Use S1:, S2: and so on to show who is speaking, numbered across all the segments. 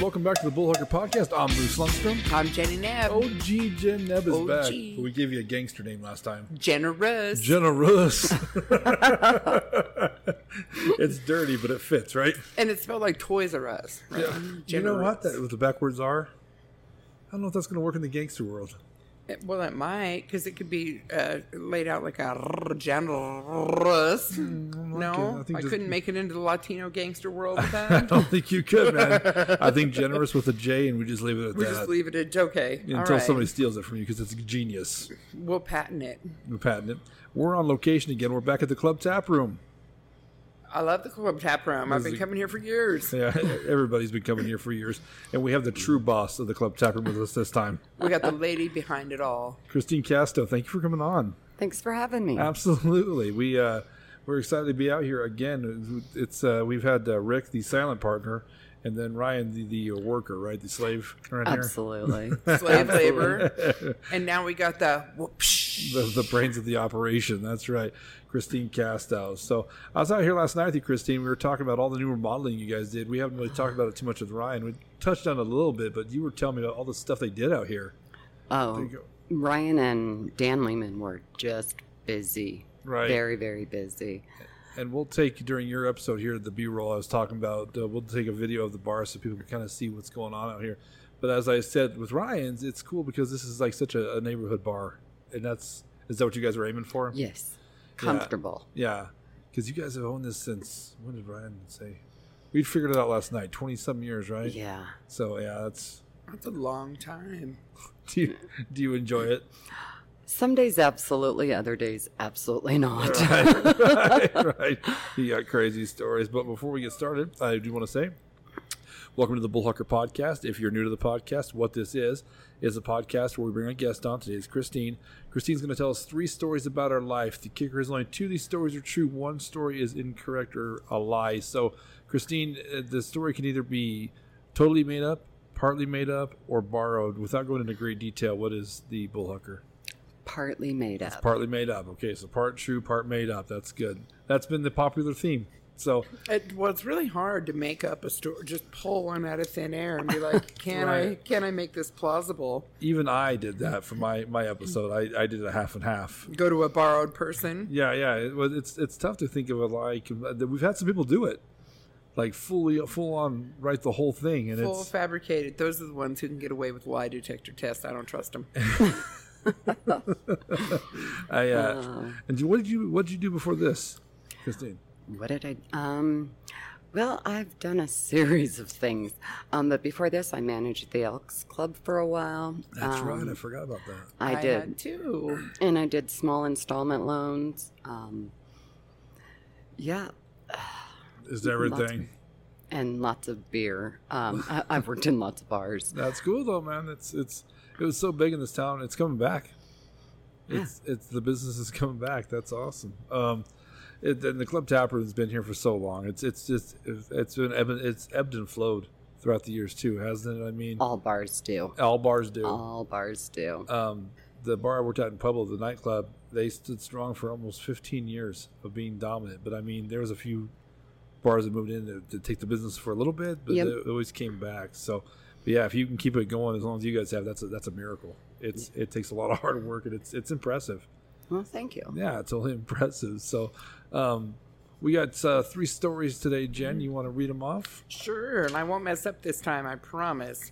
S1: Welcome back to the Bullhooker Podcast. I'm Bruce Lundstrom.
S2: I'm Jenny Nab.
S1: OG Jim Neb is
S2: OG.
S1: back. We gave you a gangster name last time.
S2: Generous.
S1: Generous. it's dirty, but it fits, right?
S2: and it smelled like Toys R Us. right?
S1: You know what?
S2: Generous.
S1: That what the backwards are. I don't know if that's going to work in the gangster world.
S2: It- well, it might, because it could be uh, laid out like a r- generous.
S1: okay, I
S2: No,
S1: think
S2: I
S1: just-
S2: couldn't make it into the Latino gangster world with
S1: I
S2: that.
S1: don't think you could, man. I think generous with a J, and we just leave it at
S2: we
S1: that
S2: just leave it. at okay. All
S1: until
S2: right.
S1: somebody steals it from you because it's genius.
S2: We'll patent it.
S1: We patent it. We're on location again. We're back at the club tap room.
S2: I love the club tap room. I've
S1: This
S2: been
S1: is-
S2: coming here for years.
S1: Yeah, everybody's been coming here for years, and we have the true boss of the club tap room with us this time,
S2: We got the lady behind it all.
S1: Christine Casto. Thank you for coming on.
S3: Thanks for having me.
S1: Absolutely, we uh, we're excited to be out here again. It's uh, we've had uh, Rick, the silent partner, and then Ryan, the, the worker, right, the slave, right here.
S3: Absolutely.
S2: Slave labor. And now we got the whoopsh.
S1: the, the brains of the operation. That's right, Christine Castow. So I was out here last night with you, Christine. We were talking about all the new remodeling you guys did. We haven't really talked about it too much with Ryan. We touched on it a little bit, but you were telling me about all the stuff they did out here.
S3: oh,
S1: go.
S3: Ryan and Dan Lehman were just busy.
S1: Right.
S3: Very, very busy.
S1: And we'll take during your episode here the B-roll I was talking about. Uh, we'll take a video of the bar so people can kind of see what's going on out here. But as I said with Ryan's, it's cool because this is like such a, a neighborhood bar, and that's is that what you guys are aiming for?
S3: Yes. Comfortable.
S1: Yeah, because you guys have owned this since when did Ryan say? We figured it out last night. Twenty some years,
S3: Yeah.
S1: right? So yeah, that's.
S2: That's a long time.
S1: Do you, do you enjoy it?
S3: Some days absolutely, other days absolutely not.
S1: right, right. You got crazy stories. But before we get started, I do want to say welcome to the Bullhucker Podcast. If you're new to the podcast, what this is is a podcast where we bring a guest on. Today is Christine. Christine's going to tell us three stories about our life. The kicker is only two of these stories are true. One story is incorrect or a lie. So, Christine, uh, the story can either be totally made up, partly made up, or borrowed. Without going into great detail, what is the Bullhucker?
S3: Partly made up.
S1: Partly made up. Okay, so part true, part made up. That's good. That's been the popular theme. So
S2: It, well, it's really hard to make up a story. Just pull one out of thin air and be like, "Can I?
S1: Right.
S2: Can I make this plausible?"
S1: even I did that for my my episode. I, I did a half and half.
S2: Go to a borrowed person.
S1: Yeah, yeah. It was, it's it's tough to think of a lie. com- We've had some people do it, like fully full on write the whole thing, and
S2: Full
S1: it's
S2: fabricated. Those are the ones who can get away with lie detector tests. I don't trust them.
S1: I. Uh, and what did you what did you do before this, Christine?
S3: What did I? Um, well, I've done a series of things. Um, but before this, I managed the Elks Club for a while.
S1: That's
S3: Um,
S1: right. I forgot about that.
S3: I did.
S2: had two.
S3: and I did small installment loans. Um, yeah,
S1: Is everything?
S3: and lots of beer. Um, I, I've worked in lots of bars.
S1: That's cool though, man. It's it's it was so big in this town. It's coming back. It's it's the business is coming back. That's awesome. Um, it, and the club taproom has been here for so long. It's it's just it's been ebb, it's ebbed and flowed throughout the years too, hasn't it? I mean, all,
S3: All bars do.
S1: bars do.
S3: All bars do.
S1: Um, the bar I worked at in Pueblo, the nightclub, they stood strong for almost 15 years of being dominant. But I mean, there was a few bars that moved in to, to take the business for a little bit, but
S3: Yep.
S1: it always came back. So, but yeah, if you can keep it going as long as you guys have, that's a, that's a miracle. It's it takes a lot of hard work and it's it's impressive.
S3: Well, thank you.
S1: Yeah, it's only impressive. So, um, we got uh, three stories today, Jen. You want to read them off?
S2: Sure, and I won't mess up this time. I promise.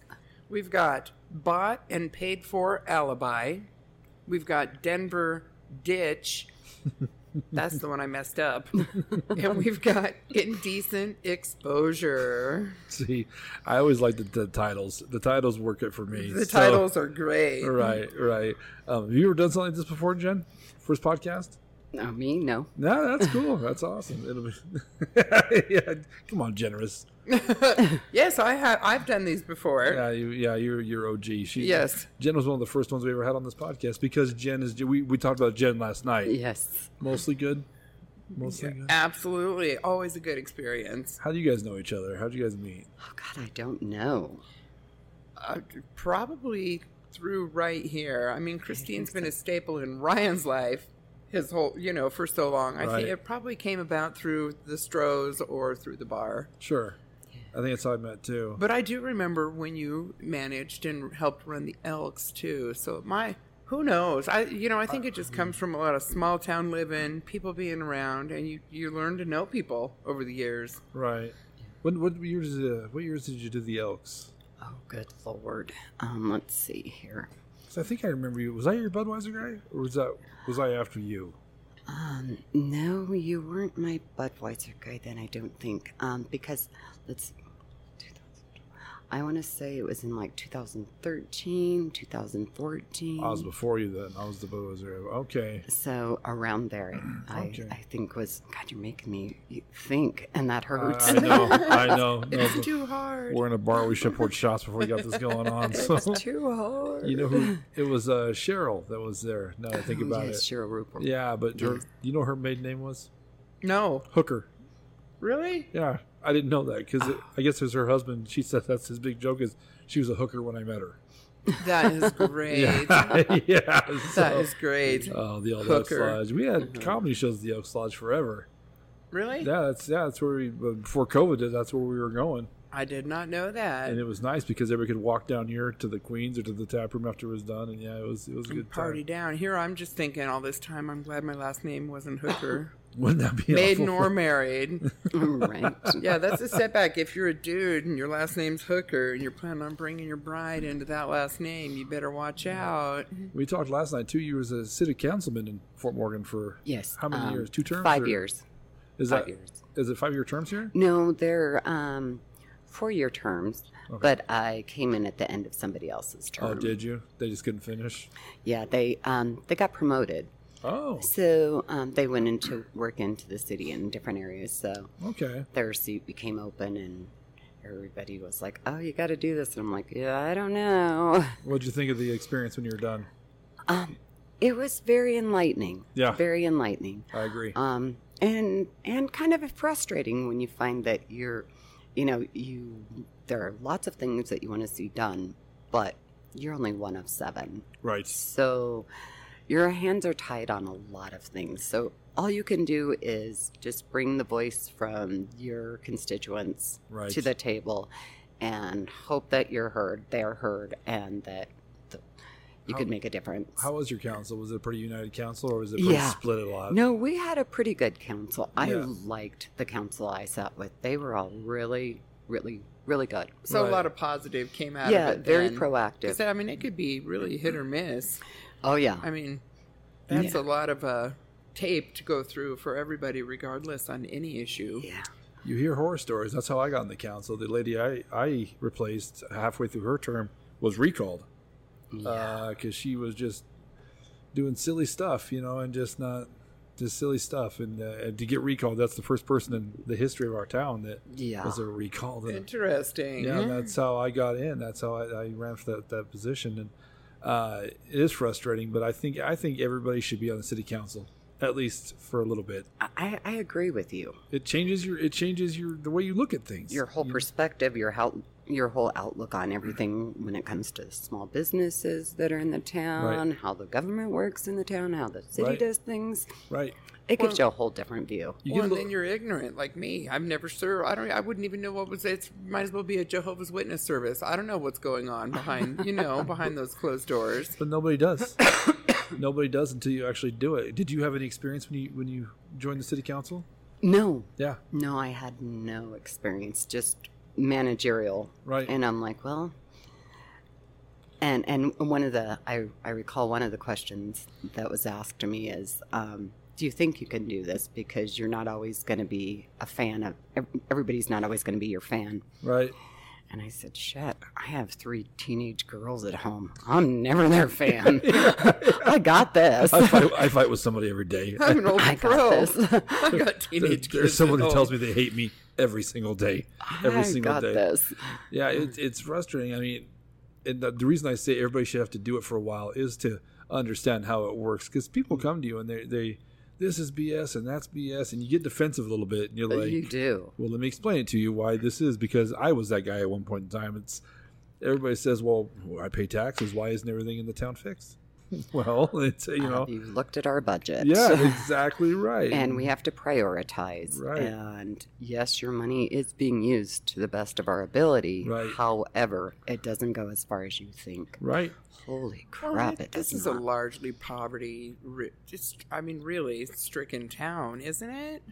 S2: We've got bought and paid for alibi. We've got Denver ditch. That's the one I messed up. and we've got indecent exposure.
S1: See, I always like the, the titles. The titles work it for me.
S2: The
S1: So-
S2: titles are great.
S1: Right, right. Um, have you ever done something like this before, Jen? First podcast?
S3: No, me? No.
S1: No, that's cool. That's awesome. It'll be, yeah, come on, generous.
S2: Yes, I have. I've done these before.
S1: Yeah, you, yeah, you're you're OG. She,
S2: Yes.
S1: Jen was one of the first ones we ever had on this podcast because Jen is. We we talked about Jen last night.
S3: Yes.
S1: Mostly good. Mostly good.
S2: Absolutely, always a good experience.
S1: How do you guys know each other? How would you guys meet?
S3: Oh, God, I don't know.
S2: Uh, probably through right here. I mean, Christine's been a staple in Ryan's life his whole, you know, for so long. I
S1: Right.
S2: think it probably came about through the Strohs or through the bar.
S1: Sure. I think that's how I met too.
S2: But I do remember when you managed and helped run the Elks too. So my who knows? I you know, I think it just comes from a lot of small town living, people being around and you you learn to know people over the years.
S1: Right. When, what years? Uh, what years did you do the Elks?
S3: Oh, good lord. Um, let's see here.
S1: 'Cause I think I remember you. Was I your Budweiser guy, or was that was I after you?
S3: Um, no, you weren't my Budweiser guy then, I don't think. Um, because let's see. 2000 I want to say it was in like 2013, 2014.
S1: I was before you then. I was the Budweiser. Okay.
S3: So around there, I,
S1: Okay.
S3: I think was God. You're making me think, and that hurts.
S1: I know. I know. No,
S2: It's
S1: but
S2: too hard.
S1: we're in a bar. We should poured shots before we got this going on. So
S3: it's too hard.
S1: you know who? It was uh, Cheryl that was there. Now that I think
S3: Oh,
S1: about
S3: yes,
S1: it.
S3: Cheryl Rupert.
S1: Yeah, but her, you know her maiden name was
S2: No.
S1: Hooker.
S2: Really?
S1: Yeah, I didn't know that because I guess it was her husband. She said that's his big joke is she was a hooker when I met her.
S2: That is great.
S1: Yeah, yeah.
S2: That
S1: so-
S2: is great.
S1: Oh, the Elk
S2: Hooker.
S1: Lodge. We had comedy shows at the Elk Lodge forever.
S2: Really?
S1: Yeah, that's yeah, that's where we before COVID did. That's where we were going,
S2: I did not know that.
S1: and it was nice because everybody could walk down here to the Queens or to the tap room after it was done, and yeah, it was it was a good
S2: Party
S1: time.
S2: down. Here I'm just thinking all this time I'm glad my last name wasn't Hooker.
S1: Wouldn't that be
S2: Maiden
S1: awful?
S2: or married.
S3: right.
S2: Yeah, that's a setback. If you're a dude and your last name's Hooker and you're planning on bringing your bride into that last name, you better watch out.
S1: We talked last night too. You was a city councilman in Fort Morgan for
S3: Yes.
S1: how many
S3: um,
S1: years? Two terms?
S3: Five
S1: or-
S3: years.
S1: Is
S3: Five
S1: that
S3: years.
S1: is it five year terms here?
S3: No, they're um, four-year terms,
S1: Okay.
S3: but I came in at the end of somebody else's term.
S1: Oh, did you? They just couldn't finish.
S3: Yeah, they um, they got promoted,
S1: Oh,
S3: so um, they went into work into the city in different areas. So
S1: okay.
S3: their seat became open, and everybody was like, "Oh, you got to do this," and I'm like, "Yeah, I don't know."
S1: What'd you think of the experience when you were done?
S3: Um, it was very enlightening.
S1: Yeah.
S3: very enlightening.
S1: I agree.
S3: um, and and kind of frustrating when you find that you're, you know, you there are lots of things that you want to see done, but you're only one of seven,
S1: right.
S3: so your hands are tied on a lot of things. So all you can do is just bring the voice from your constituents
S1: Right.
S3: to the table, and hope that you're heard, they're heard, and that the, you
S1: How-
S3: can make a difference.
S1: How was your council? Was it a pretty united council, or was it pretty
S3: Yeah.
S1: split a lot?
S3: No, we had a pretty good council. I
S1: Yeah.
S3: liked the council I sat with. They were all really, really, really good.
S2: So
S1: Right.
S2: a lot of positive came out
S3: yeah,
S2: of it.
S3: very
S2: then. 'Cause,
S3: proactive.
S2: I mean, it could be really hit or miss.
S3: Oh yeah,
S2: I mean, that's a lot of uh, tape to go through for everybody, regardless on any issue.
S3: yeah.
S1: You hear horror stories. That's how I got in the council. The lady I, I replaced halfway through her term was recalled
S3: yeah.
S1: because Uh, she was just doing silly stuff, you know, and just not just silly stuff. And, uh, and to get recalled, that's the first person in the history of our town that
S3: yeah.
S1: was a recall. that-
S2: Interesting.
S1: yeah, that's how I got in. That's how I, I ran for that, that position. And uh, it is frustrating, but I think I think everybody should be on the city council at least for a little bit.
S3: I, I agree with you.
S1: It changes your it changes your the way you look at things.
S3: Your whole
S1: You-
S3: perspective, your how, your whole outlook on everything when it comes to small businesses that are in the town, how the government works in the town, how the city
S1: Right.
S3: does things.
S1: right.
S3: It gives
S2: Well-
S3: you a whole different view.
S1: You get
S2: well,
S1: a
S2: and
S1: little-
S2: then you're ignorant like me. I've never served. I don't. I wouldn't even know what was. It might as well be a Jehovah's Witness service. I don't know what's going on behind. you know, behind those closed doors.
S1: but nobody does. nobody does until you actually do it. Did you have any experience when you when you joined the city council?
S3: No,
S1: Yeah,
S3: no, I had no experience, just managerial
S1: right.
S3: and I'm like, well, and and one of the I I recall one of the questions that was asked to me is, um, do you think you can do this? Because you're not always going to be a fan of ev- everybody's not always going to be your fan.
S1: right.
S3: And I said, shit, I have three teenage girls at home. I'm never their fan. I got this.
S1: I fight, I fight with somebody every day.
S2: I'm an old
S3: I got
S2: pro.
S3: this.
S2: I got
S1: There-
S2: teenage
S1: there's
S2: kids.
S1: someone who tells me they hate me every single day. Every
S3: I
S1: single
S3: got
S1: day.
S3: this.
S1: Yeah, it,
S3: Mm.
S1: it's frustrating. I mean, and the, the reason I say everybody should have to do it for a while is to understand how it works because people come to you and they they this is BS and that's BS and you get defensive a little bit and you're like,
S3: you do.
S1: well, let me explain it to you why this is because I was that guy at one point in time. It's everybody says, well, I pay taxes. Why isn't everything in the town fixed? Well, it's uh, you know,
S3: Have you looked at our budget?
S1: yeah, exactly right.
S3: and we have to prioritize.
S1: Right.
S3: And yes, your money is being used to the best of our ability.
S1: Right.
S3: However, it doesn't go as far as you think.
S1: right,
S3: Holy
S2: Well,
S3: crap!
S2: it-
S3: it does
S2: this is
S3: not.
S2: a largely poverty, ri- just I mean, really stricken town, isn't it?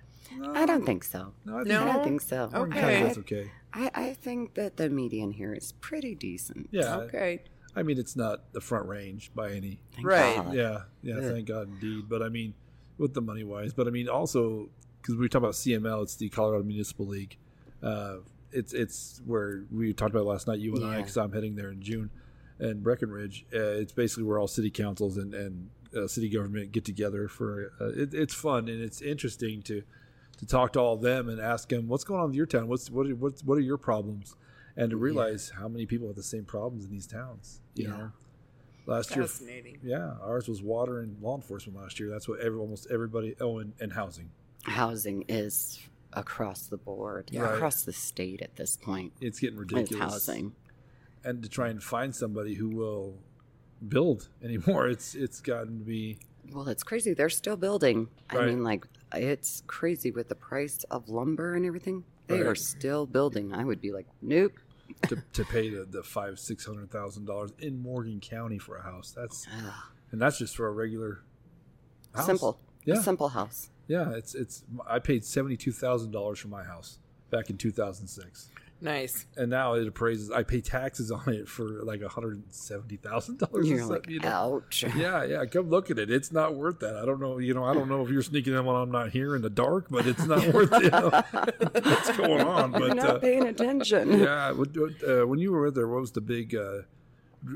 S3: I don't think so.
S1: no, I think
S3: I
S2: No?
S3: don't think so.
S1: I think
S2: Okay.
S1: that's okay.
S3: I, I think that the median here is pretty decent.
S1: Yeah,
S2: Okay,
S1: I mean, it's not the front range by any.
S3: Thank
S2: Right.
S3: God.
S1: Yeah, yeah,
S3: Yeah.
S1: thank God indeed. But I mean, with the money wise, but I mean also because we talk about CML, it's the Colorado Municipal League. Uh, it's it's where we talked about last night, you and I, I,
S3: Yeah.
S1: because I'm heading there in June, and Breckenridge. Uh, it's basically where all city councils and and uh, city government get together for. Uh, it, it's fun and it's interesting to to talk to all of them and ask them what's going on with your town. What's what are- what's what are your problems? And to
S3: Yeah.
S1: realize how many people have the same problems in these towns. You
S3: Yeah.
S1: know, last year
S2: fascinating.
S1: yeah, ours was water and law enforcement last year. That's what every, almost everybody. Oh, and, and housing.
S3: Housing is across the board,
S2: Yeah. Right.
S3: across the state at this point.
S1: It's getting
S3: It's
S1: ridiculous.
S3: housing.
S1: And to try and find somebody who will build anymore, it's it's gotten to be
S3: Well, it's crazy. They're still building. I
S1: Right.
S3: mean, like, it's crazy with the price of lumber and everything. They are
S1: Right.
S3: still building. I would be like, nope.
S1: to, to pay the, the five six hundred thousand dollars in Morgan County for a house. That's
S3: Ugh.
S1: and that's just for a regular house.
S3: Simple.
S1: Yeah.
S3: A simple house.
S1: Yeah, it's it's. I paid seventy two thousand dollars for my house back in two thousand six.
S2: Nice.
S1: And now it appraises. I pay taxes on it for like one hundred seventy thousand dollars.
S3: You're like, ouch.
S1: Yeah, yeah. Come look at it. It's not worth that. I don't know. You know, I don't know if you're sneaking in when I'm not here in the dark, but it's not worth you know, what's going on.
S3: You're
S1: But
S3: not
S1: uh,
S3: paying attention.
S1: yeah, what- what, uh, when you were there, what was the big? Uh,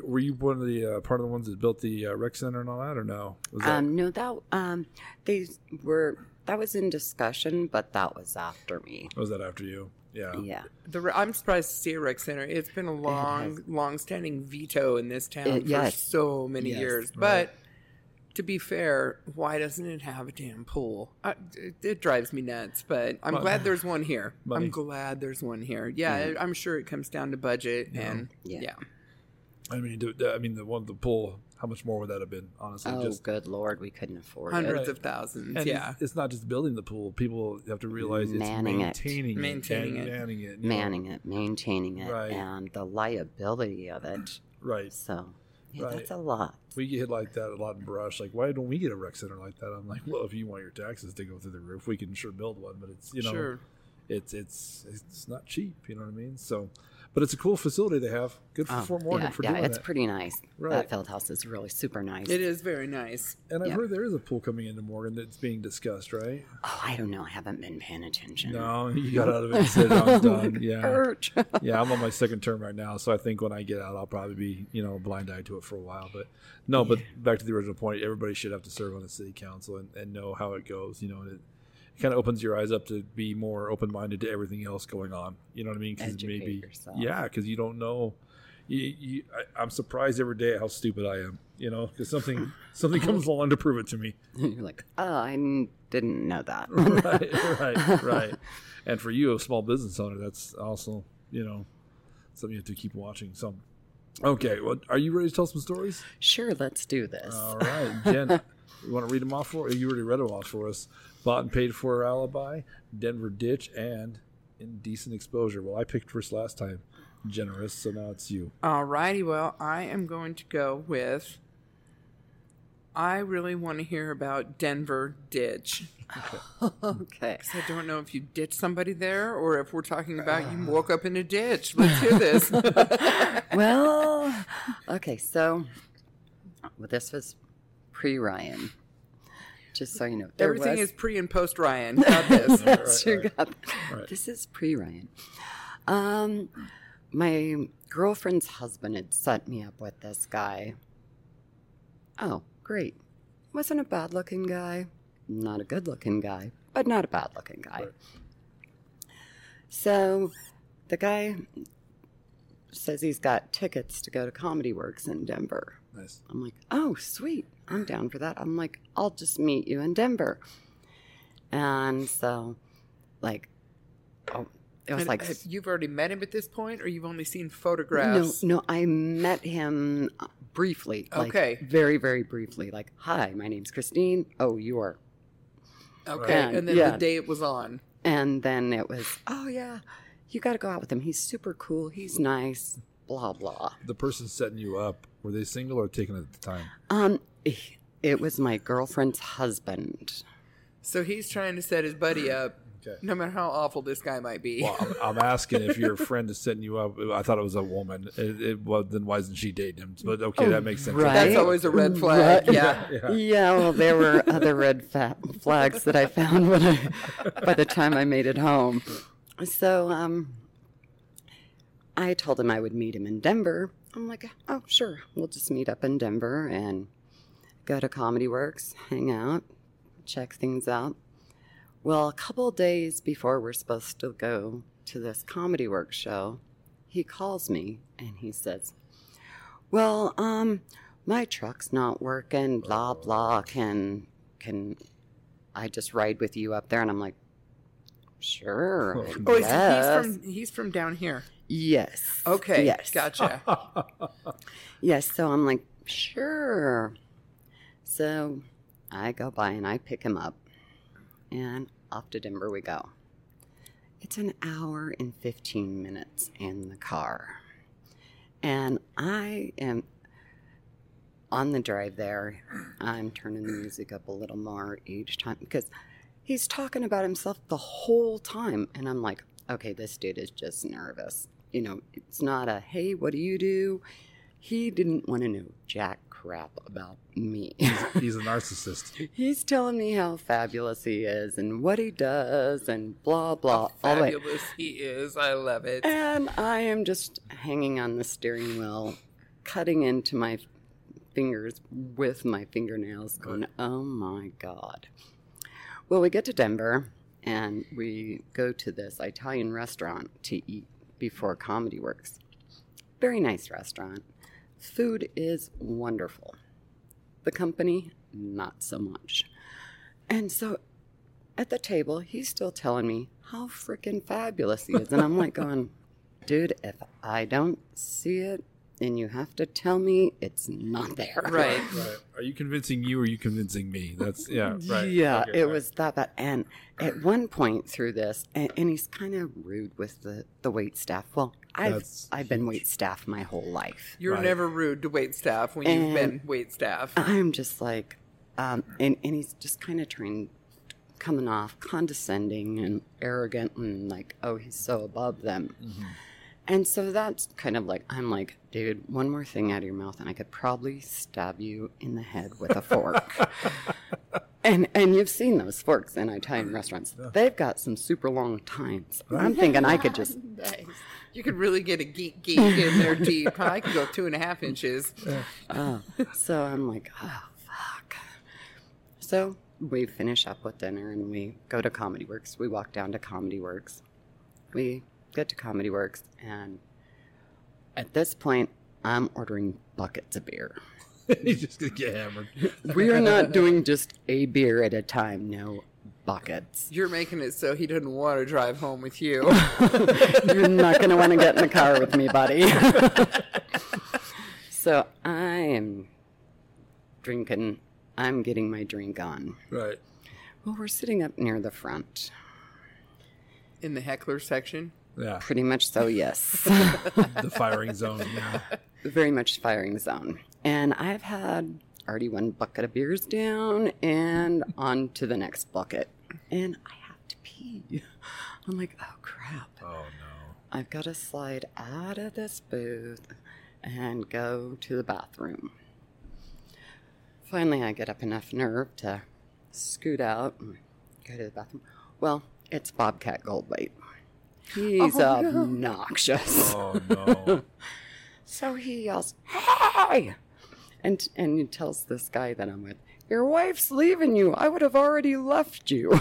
S1: were you one of the uh, part of the ones that built the uh, rec center and all that, or no? Was that,
S3: Um, no, that um, they were that was in discussion, but that was after me.
S1: was that after you? Yeah.
S3: Yeah,
S2: The, re- I'm surprised to see a rec center. It's been a long, long-standing veto in this town
S3: It-
S2: for
S3: yes.
S2: so many
S3: Yes.
S2: years.
S1: Right.
S2: But to be fair, why doesn't it have a damn pool? I, it, it drives me nuts. But I'm
S1: Mon-
S2: glad there's one here.
S1: Money.
S2: I'm glad there's one here. Yeah,
S3: Yeah.
S2: I, I'm sure it comes down to budget
S1: Mm-hmm. Yeah.
S2: and
S3: Yeah.
S2: yeah.
S1: I mean, do- do- I mean the one the pool. How much more would that have been? Honestly,
S3: oh,
S1: just.
S3: good lord, we couldn't afford
S1: Right.
S2: hundreds of thousands.
S1: And
S2: yeah,
S1: it's, it's not just building the pool. People have to realize it's
S3: Manning it.
S1: maintaining it,
S2: Maintaining
S1: and
S2: it.
S1: manning it,
S3: it,
S1: you know.
S3: manning it, maintaining it,
S1: Right.
S3: and the liability of it.
S1: right?
S3: So yeah,
S1: Right.
S3: that's a lot.
S1: We get hit like that a lot in Brush. Like, why don't we get a rec center like that? I'm like, well, if you want your taxes to go through the roof, we can sure build one, but it's you know,
S2: sure.
S1: it's it's it's not cheap. You know what I mean? So, but it's a cool facility they have. Good for
S3: Oh,
S1: Fort Morgan
S3: yeah,
S1: for
S3: yeah,
S1: doing
S3: it's
S1: that.
S3: pretty nice.
S1: Right.
S3: That field house is really super nice.
S2: It is very nice.
S1: and I've
S3: yeah.
S1: heard there is a pool coming into Morgan that's being discussed, right?
S3: Oh, I don't know. I haven't been paying attention.
S1: No, you got out of it. and Said I'm done. Yeah,
S3: Urge.
S1: yeah. I'm on my second term right now, so I think when I get out, I'll probably be you know blind eyed to it for a while. But no, but back to the original point, everybody should have to serve on the city council and, and know how it goes. You know, and it, it kind of opens your eyes up to be more open minded to everything else going on. You know what I mean? Because
S3: Educate
S1: maybe
S3: yourself.
S1: yeah, because you don't know. You, you, I, I'm surprised every day at how stupid I am. You know, because something something comes along to prove it to me.
S3: You're like, oh, I n- didn't know that.
S1: right, right, right. And for you, a small business owner, that's also you know something you have to keep watching. So, okay, well, are you ready to tell some stories?
S3: Sure, let's do this.
S1: All right, Jen, you want to read them off for? You already read them off for us. Bought and paid for alibi, Denver ditch, and indecent exposure. Well, I picked first last time, generous. So now it's you.
S2: Alrighty, well, I am going to go with. I really want to hear about Denver ditch.
S3: okay.
S2: 'Cause I don't know if you ditched somebody there or if we're talking about you woke up in a ditch. Let's hear this.
S3: well, okay, so well, this was pre Ryan. Just so you know, there
S2: Everything
S3: was-
S2: is pre and post Ryan. Got this.
S1: Right,
S3: Yes, you
S1: right.
S3: got
S1: Right.
S3: This is pre Ryan. Um, my girlfriend's husband had set me up with this guy. Oh, great. Wasn't a bad looking guy. Not a good looking guy, but not a bad looking guy.
S1: Right.
S3: So the guy says he's got tickets to go to Comedy Works in Denver.
S1: Nice.
S3: I'm like, oh, sweet. I'm down for that. I'm like, I'll just meet you in Denver. And so, like, oh, It was
S2: And
S3: like
S2: have you've already met him at this point, or you've only seen photographs?
S3: No, no, I met him uh, briefly. like,
S2: Okay.
S3: Very, very briefly. Like, hi, my name's Christine. Oh, you are.
S2: Okay,
S3: Right.
S2: and then
S3: Yeah.
S2: the day it was on.
S3: And then it was, oh, yeah, you got to go out with him. He's super cool. He's nice. Blah, blah.
S1: The person setting you up, were they single or taken at the time?
S3: Um, It was my girlfriend's husband.
S2: So he's trying to set his buddy up,
S1: Okay.
S2: no matter how awful this guy might be.
S1: Well, I'm, I'm asking if your friend is setting you up. I thought it was a woman. It, it, well, then why isn't she dating him? But okay, that makes sense.
S3: Oh, right.
S2: That's always a red flag.
S3: Right.
S2: Yeah.
S1: Yeah.
S3: Yeah. well, there were other red fa- flags that I found when I, by the time I made it home. So, um, I told him I would meet him in Denver. I'm like, oh, sure, we'll just meet up in Denver and go to Comedy Works, hang out, check things out. Well, a couple days before we're supposed to go to this Comedy Works show, he calls me and he says, well, um, my truck's not working, blah, blah, can, can I just ride with you up there? And I'm like, sure.
S1: Oh,
S2: Oh, is
S3: yes.
S2: he's from he's from down here.
S3: Yes.
S2: Okay.
S3: Yes. Oh,
S2: Gotcha.
S3: Yes. So I'm like, sure. So I go by and I pick him up, and off to Denver we go. It's an hour and 15 minutes in the car. And I am on the drive there. I'm turning the music up a little more each time because he's talking about himself the whole time. And I'm like, okay, this dude is just nervous. You know, it's not a, hey, what do you do? He didn't want to know jack crap about me.
S1: He's a narcissist.
S3: he's telling me how fabulous he is and what he does and blah, blah. all that.
S2: Fabulous he is. I love it.
S3: And I am just hanging on the steering wheel, cutting into my fingers with my fingernails, going, oh my God. Well, we get to Denver and we go to this Italian restaurant to eat before Comedy Works. Very nice restaurant. Food is wonderful. The company, not so much. And so at the table, he's still telling me how freaking fabulous he is. And I'm like, going, dude, if I don't see it and you have to tell me, it's not there.
S2: Right.
S1: Right. Are you convincing you or are you convincing me? That's, yeah, right.
S3: Yeah,
S1: Okay,
S3: it
S1: right.
S3: was that bad. And at one point through this, and, and he's kind of rude with the, the wait staff. Well, I've,
S1: That's
S3: I've been
S1: huge.
S3: wait staff my whole life.
S2: You're
S1: Right.
S2: never rude to wait staff when you've
S3: And- uh,
S2: been wait staff.
S3: I'm just like, um, and, and he's just kind of trying, coming off condescending and arrogant and like, oh, he's so above them.
S1: Mm-hmm.
S3: And so that's kind of like, I'm like, dude, one more thing out of your mouth, and I could probably stab you in the head with a fork. and and you've seen those forks in Italian restaurants. They've got some super long tines. I'm thinking I could just,
S2: Nice. You could really get a geek geek in there deep. I could go two and a half inches.
S3: oh. So I'm like, oh, fuck. So we finish up with dinner and we go to Comedy Works. We walk down to Comedy Works. We get to Comedy Works, and at this point, I'm ordering buckets of beer.
S1: He's just going to get hammered.
S3: We are not doing just a beer at a time, no buckets.
S2: You're making it so he doesn't want to drive home with you.
S3: You're not going to want to get in the car with me, buddy. so I am drinking, I'm getting my drink on.
S1: Right.
S3: Well, we're sitting up near the front.
S2: In the heckler section.
S1: Yeah.
S3: Pretty much so, yes.
S1: The firing zone. Yeah.
S3: Very much firing zone. And I've had already one bucket of beers down and on to the next bucket. And I have to pee. I'm like, oh crap.
S1: Oh, no.
S3: I've got to slide out of this booth and go to the bathroom. Finally, I get up enough nerve to scoot out and go to the bathroom. Well, it's Bobcat Goldthwait. He's obnoxious.
S1: Oh, no.
S3: So he yells, "Hey!" and and he tells this guy that I'm with, "Your wife's leaving you. I would have already left you."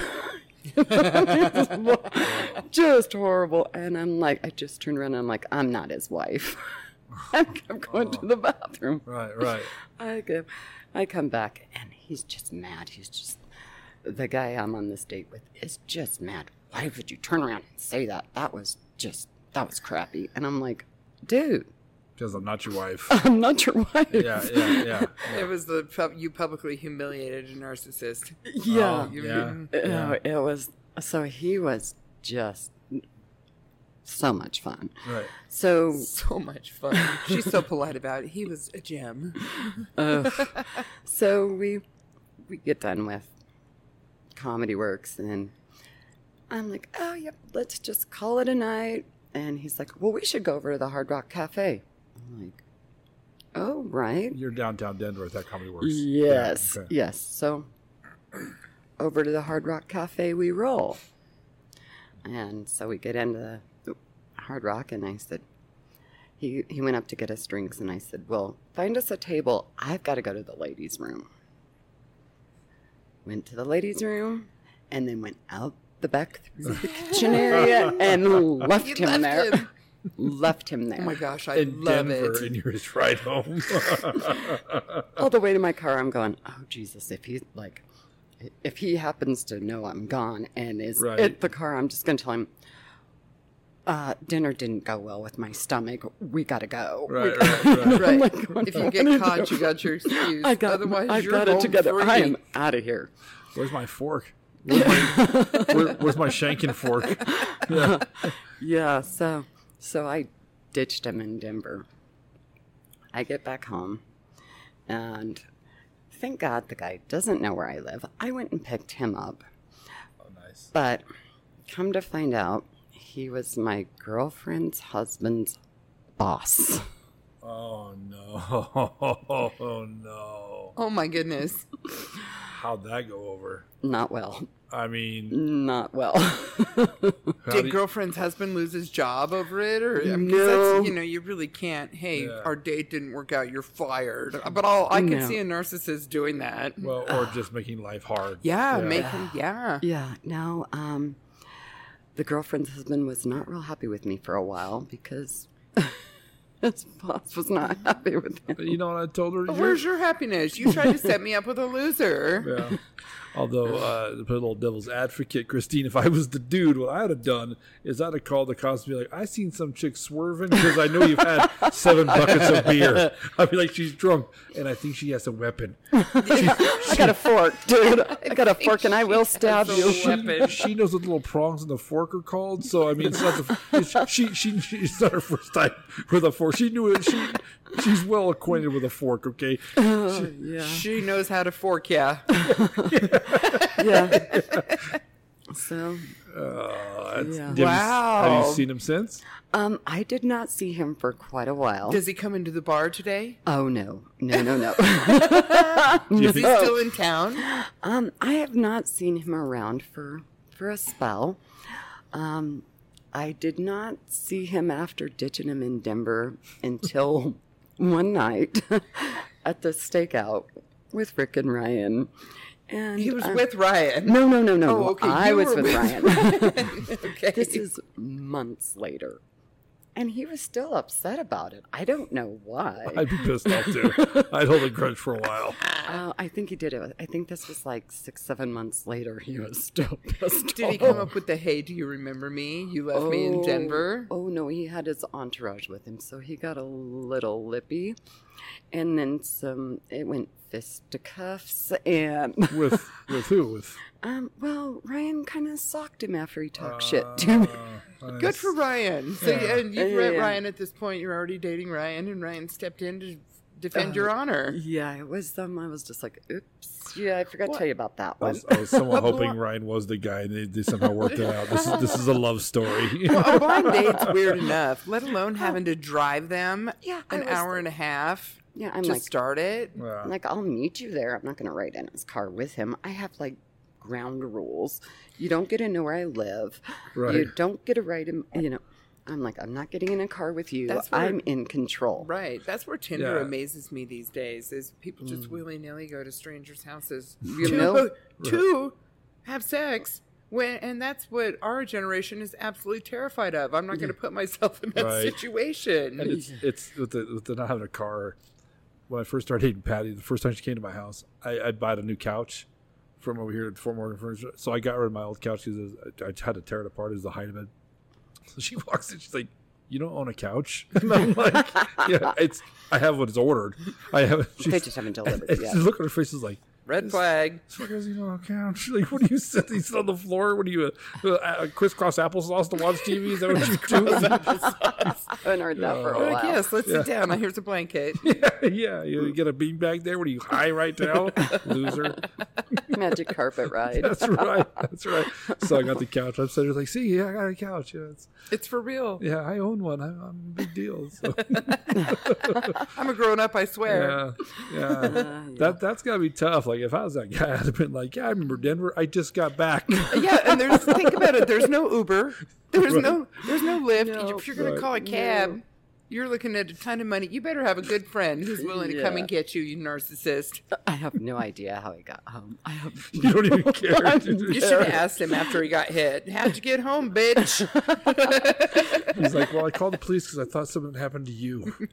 S3: just horrible. And I'm like, I just turned around and I'm like, I'm not his wife. I'm, I'm going to the bathroom.
S1: Right, right.
S3: I go, I come back and he's just mad. He's just the guy I'm on this date with is just mad. Why would you turn around and say that? That was just that was crappy. And I'm like, dude,
S1: Because I'm not your wife.
S3: I'm not your wife.
S1: yeah, yeah, yeah.
S2: It
S1: yeah.
S2: was the pub- you publicly humiliated a narcissist.
S3: Yeah.
S1: Oh,
S2: You-
S1: yeah,
S3: No,
S1: yeah.
S3: it was so he was just so much fun.
S1: Right.
S3: So
S2: So much fun. She's so polite about it. He was a gem.
S3: Ugh. so we we get done with comedy works and I'm like, oh yep, let's just call it a night. And he's like, well, we should go over to the Hard Rock Cafe. I'm like, oh right,
S1: You're downtown Denver at that comedy works. Yeah,
S3: yes,
S1: okay.
S3: yes. So over to the Hard Rock Cafe we roll, and so we get into the Hard Rock, and I said. He, he went up to get us drinks, and I said, Well, find us a table. I've got to go to the ladies' room. Went to the ladies' room and then went out the back through the kitchen area and left
S2: You
S3: him
S2: left
S3: there.
S2: him.
S3: Left him there.
S2: Oh my gosh, I
S1: In
S2: love
S1: Denver,
S2: it.
S1: and you're his ride home.
S3: all the way to my car i'm going oh jesus if he like if he happens to know i'm gone and is
S1: Right.
S3: at the car i'm just going to tell him uh, dinner didn't go well with my stomach we gotta go We
S1: right,
S3: gotta-
S1: right, right.
S2: Right.
S3: my God,
S2: if
S3: I
S2: you get
S3: wanna
S2: caught,
S3: do-
S2: you got your excuse.
S3: i got
S2: Otherwise,
S3: i
S2: you're
S3: got
S2: home
S3: it together
S2: Free.
S3: i am out of here
S1: Where's my fork? Where's my, where, where's my shanking fork? Yeah.
S3: yeah so so i ditched him in denver i get back home and thank god the guy doesn't know where i live i went and picked him up
S1: Oh, nice.
S3: But come to find out, he was my girlfriend's husband's boss.
S1: Oh no! Oh no!
S2: Oh my goodness.
S1: How'd that go over?
S3: Not well.
S1: I mean,
S3: Not well.
S1: how do
S2: Did
S1: you-
S2: girlfriend's husband lose his job over it, or I mean, 'cause
S3: No.
S2: that's, you know, you really can't. Hey,
S1: Yeah.
S2: our date didn't work out. You're fired. But all I could
S3: No.
S2: see a narcissist doing that.
S1: well, or just making life hard.
S2: yeah, make yeah.
S3: yeah, no. Um, the girlfriend's husband was not real happy with me for a while because his boss was not happy with him.
S1: But you know what I told her?
S2: But
S1: You're-
S2: where's your happiness? You tried to set me up with a loser.
S1: Yeah. Although, uh, to put a little devil's advocate, Christine, if I was the dude, what I'd have done is I'd have called the cops and be like, I seen some chick swerving because I know you've had seven buckets of beer. I'd be like, she's drunk and I think she has a weapon.
S3: I got a fork, dude. I got a fork, and I will stab
S2: has a
S3: you.
S1: She,
S2: Weapon.
S1: she knows what the little prongs in the fork are called. So, I mean, it's not, the, it's, she, she, she, it's not her first time with a fork. She knew it. She, she's well acquainted with a fork, okay?
S3: yeah,
S2: She knows how to fork, yeah.
S3: yeah. So,
S1: Uh, that's-
S3: Yeah.
S1: have you- have
S2: Wow.
S1: you seen him since?
S3: um, I did not see him for quite a while.
S2: Does he come into the bar today?
S3: Oh no, no, no, no.
S1: Do you
S2: Is he
S1: think-
S2: still in town?
S3: Um, I have not seen him around for for a spell. Um, I did not see him after ditching him in Denver until one night at the stakeout with Rick and Ryan. And
S2: He was
S3: uh,
S2: with Ryan.
S3: no, no, no, no.
S2: Oh, okay,
S3: I
S2: you
S3: was
S2: were
S3: with
S2: with
S3: Ryan.
S2: Okay.
S3: this is months later, and he was still upset about it. I don't know why.
S1: I'd be pissed off too. I'd hold a grudge for a while.
S3: Uh, I think he did it. I think this was like six, seven months later. He was still pissed.
S2: Did he
S3: off.
S2: come up with the hey, do you remember me? You left me in Denver.
S3: Oh no, he had his entourage with him, so he got a little lippy, and then some. It went fisticuffs, and
S1: With with who? With
S3: um, well, Ryan kind of socked him after he talked shit
S1: uh,
S2: Uh.
S3: to me.
S2: Good for Ryan. So,
S1: Yeah.
S2: and you've
S3: Yeah,
S2: met
S3: yeah.
S2: Ryan at this point. You're already dating Ryan, and Ryan stepped in to defend your honor.
S3: Yeah, it was them. I was just like, oops. Yeah, I forgot to
S2: What?
S3: tell you about that
S1: I
S3: one.
S1: was, I was somewhat
S2: Well,
S1: hoping Ryan was the guy, and they, they somehow worked it out. This is this is a love story.
S2: A blind date's weird enough, let alone having to drive them
S3: Yeah, I
S2: an
S3: was-
S2: hour and a half
S3: Yeah, I'm
S2: to
S3: like,
S2: start it.
S1: Yeah.
S3: I'm like, I'll meet you there. I'm not going to ride in his car with him. I have like ground rules. You don't get to know where I live.
S1: Right.
S3: You don't get to ride in, you know. I'm like, I'm not getting in a car with you.
S2: That's where-
S3: I'm in control.
S2: Right. That's where Tinder
S1: Yeah. Mm.
S2: amazes me these days is people just willy nilly go to strangers' houses
S3: You
S2: to,
S3: know?
S2: to have sex. When, and that's what our generation is absolutely terrified of. I'm not going to put myself in that
S1: Right.
S2: situation.
S1: and it's it's with the with the not having a car. When I first started dating Patty, the first time she came to my house, I, I'd buy a new couch from over here at Fort Morgan Furniture. So I got rid of my old couch because I I had to tear it apart as the height of it. So she walks in, she's like, "You don't own a couch?" And I'm like, "Yeah, it's I have what's ordered. I have."
S3: They
S1: She's,
S3: just haven't
S1: and,
S3: delivered
S1: and
S3: yet.
S1: she's looking at her face, she's like,
S2: Red
S1: This-
S2: flag.
S1: "This fucker doesn't even own a couch." Like, what do you sit? You sit on the floor? What do you uh, uh, crisscross applesauce to watch TV? Is that what you do?
S3: I haven't heard that for a
S2: They're
S3: while.
S2: Like, yes, let's
S1: Oh, Yeah.
S2: sit down. Here's a blanket.
S1: yeah, yeah. You get a beanbag there. What are you high right now, loser?
S3: Magic carpet ride.
S1: That's right. That's right. So I got the couch. I'm sitting there like, see, I got a couch. Yeah, it's,
S2: It's for real.
S1: yeah I own one. I'm, I'm a big deal. So,
S2: I'm a grown up, I swear.
S1: yeah, yeah.
S3: Uh, yeah.
S1: That that's gotta be tough. Like if I was that guy, I'd have been like, yeah, I remember Denver. I just got back.
S2: Yeah, and there's think about it. There's no Uber. There's no there's no Lyft.
S3: No.
S2: if you're gonna
S1: Right.
S2: call a cab, you're looking at a ton of money. You better have a good friend who's willing to come
S3: Yeah.
S2: and get you, you narcissist.
S3: I have no idea how he got home. I have
S1: You don't even care. dude.
S2: You should have asked him after he got hit. How'd you get home, bitch?
S1: He's like, well, I called the police because I thought something happened to you.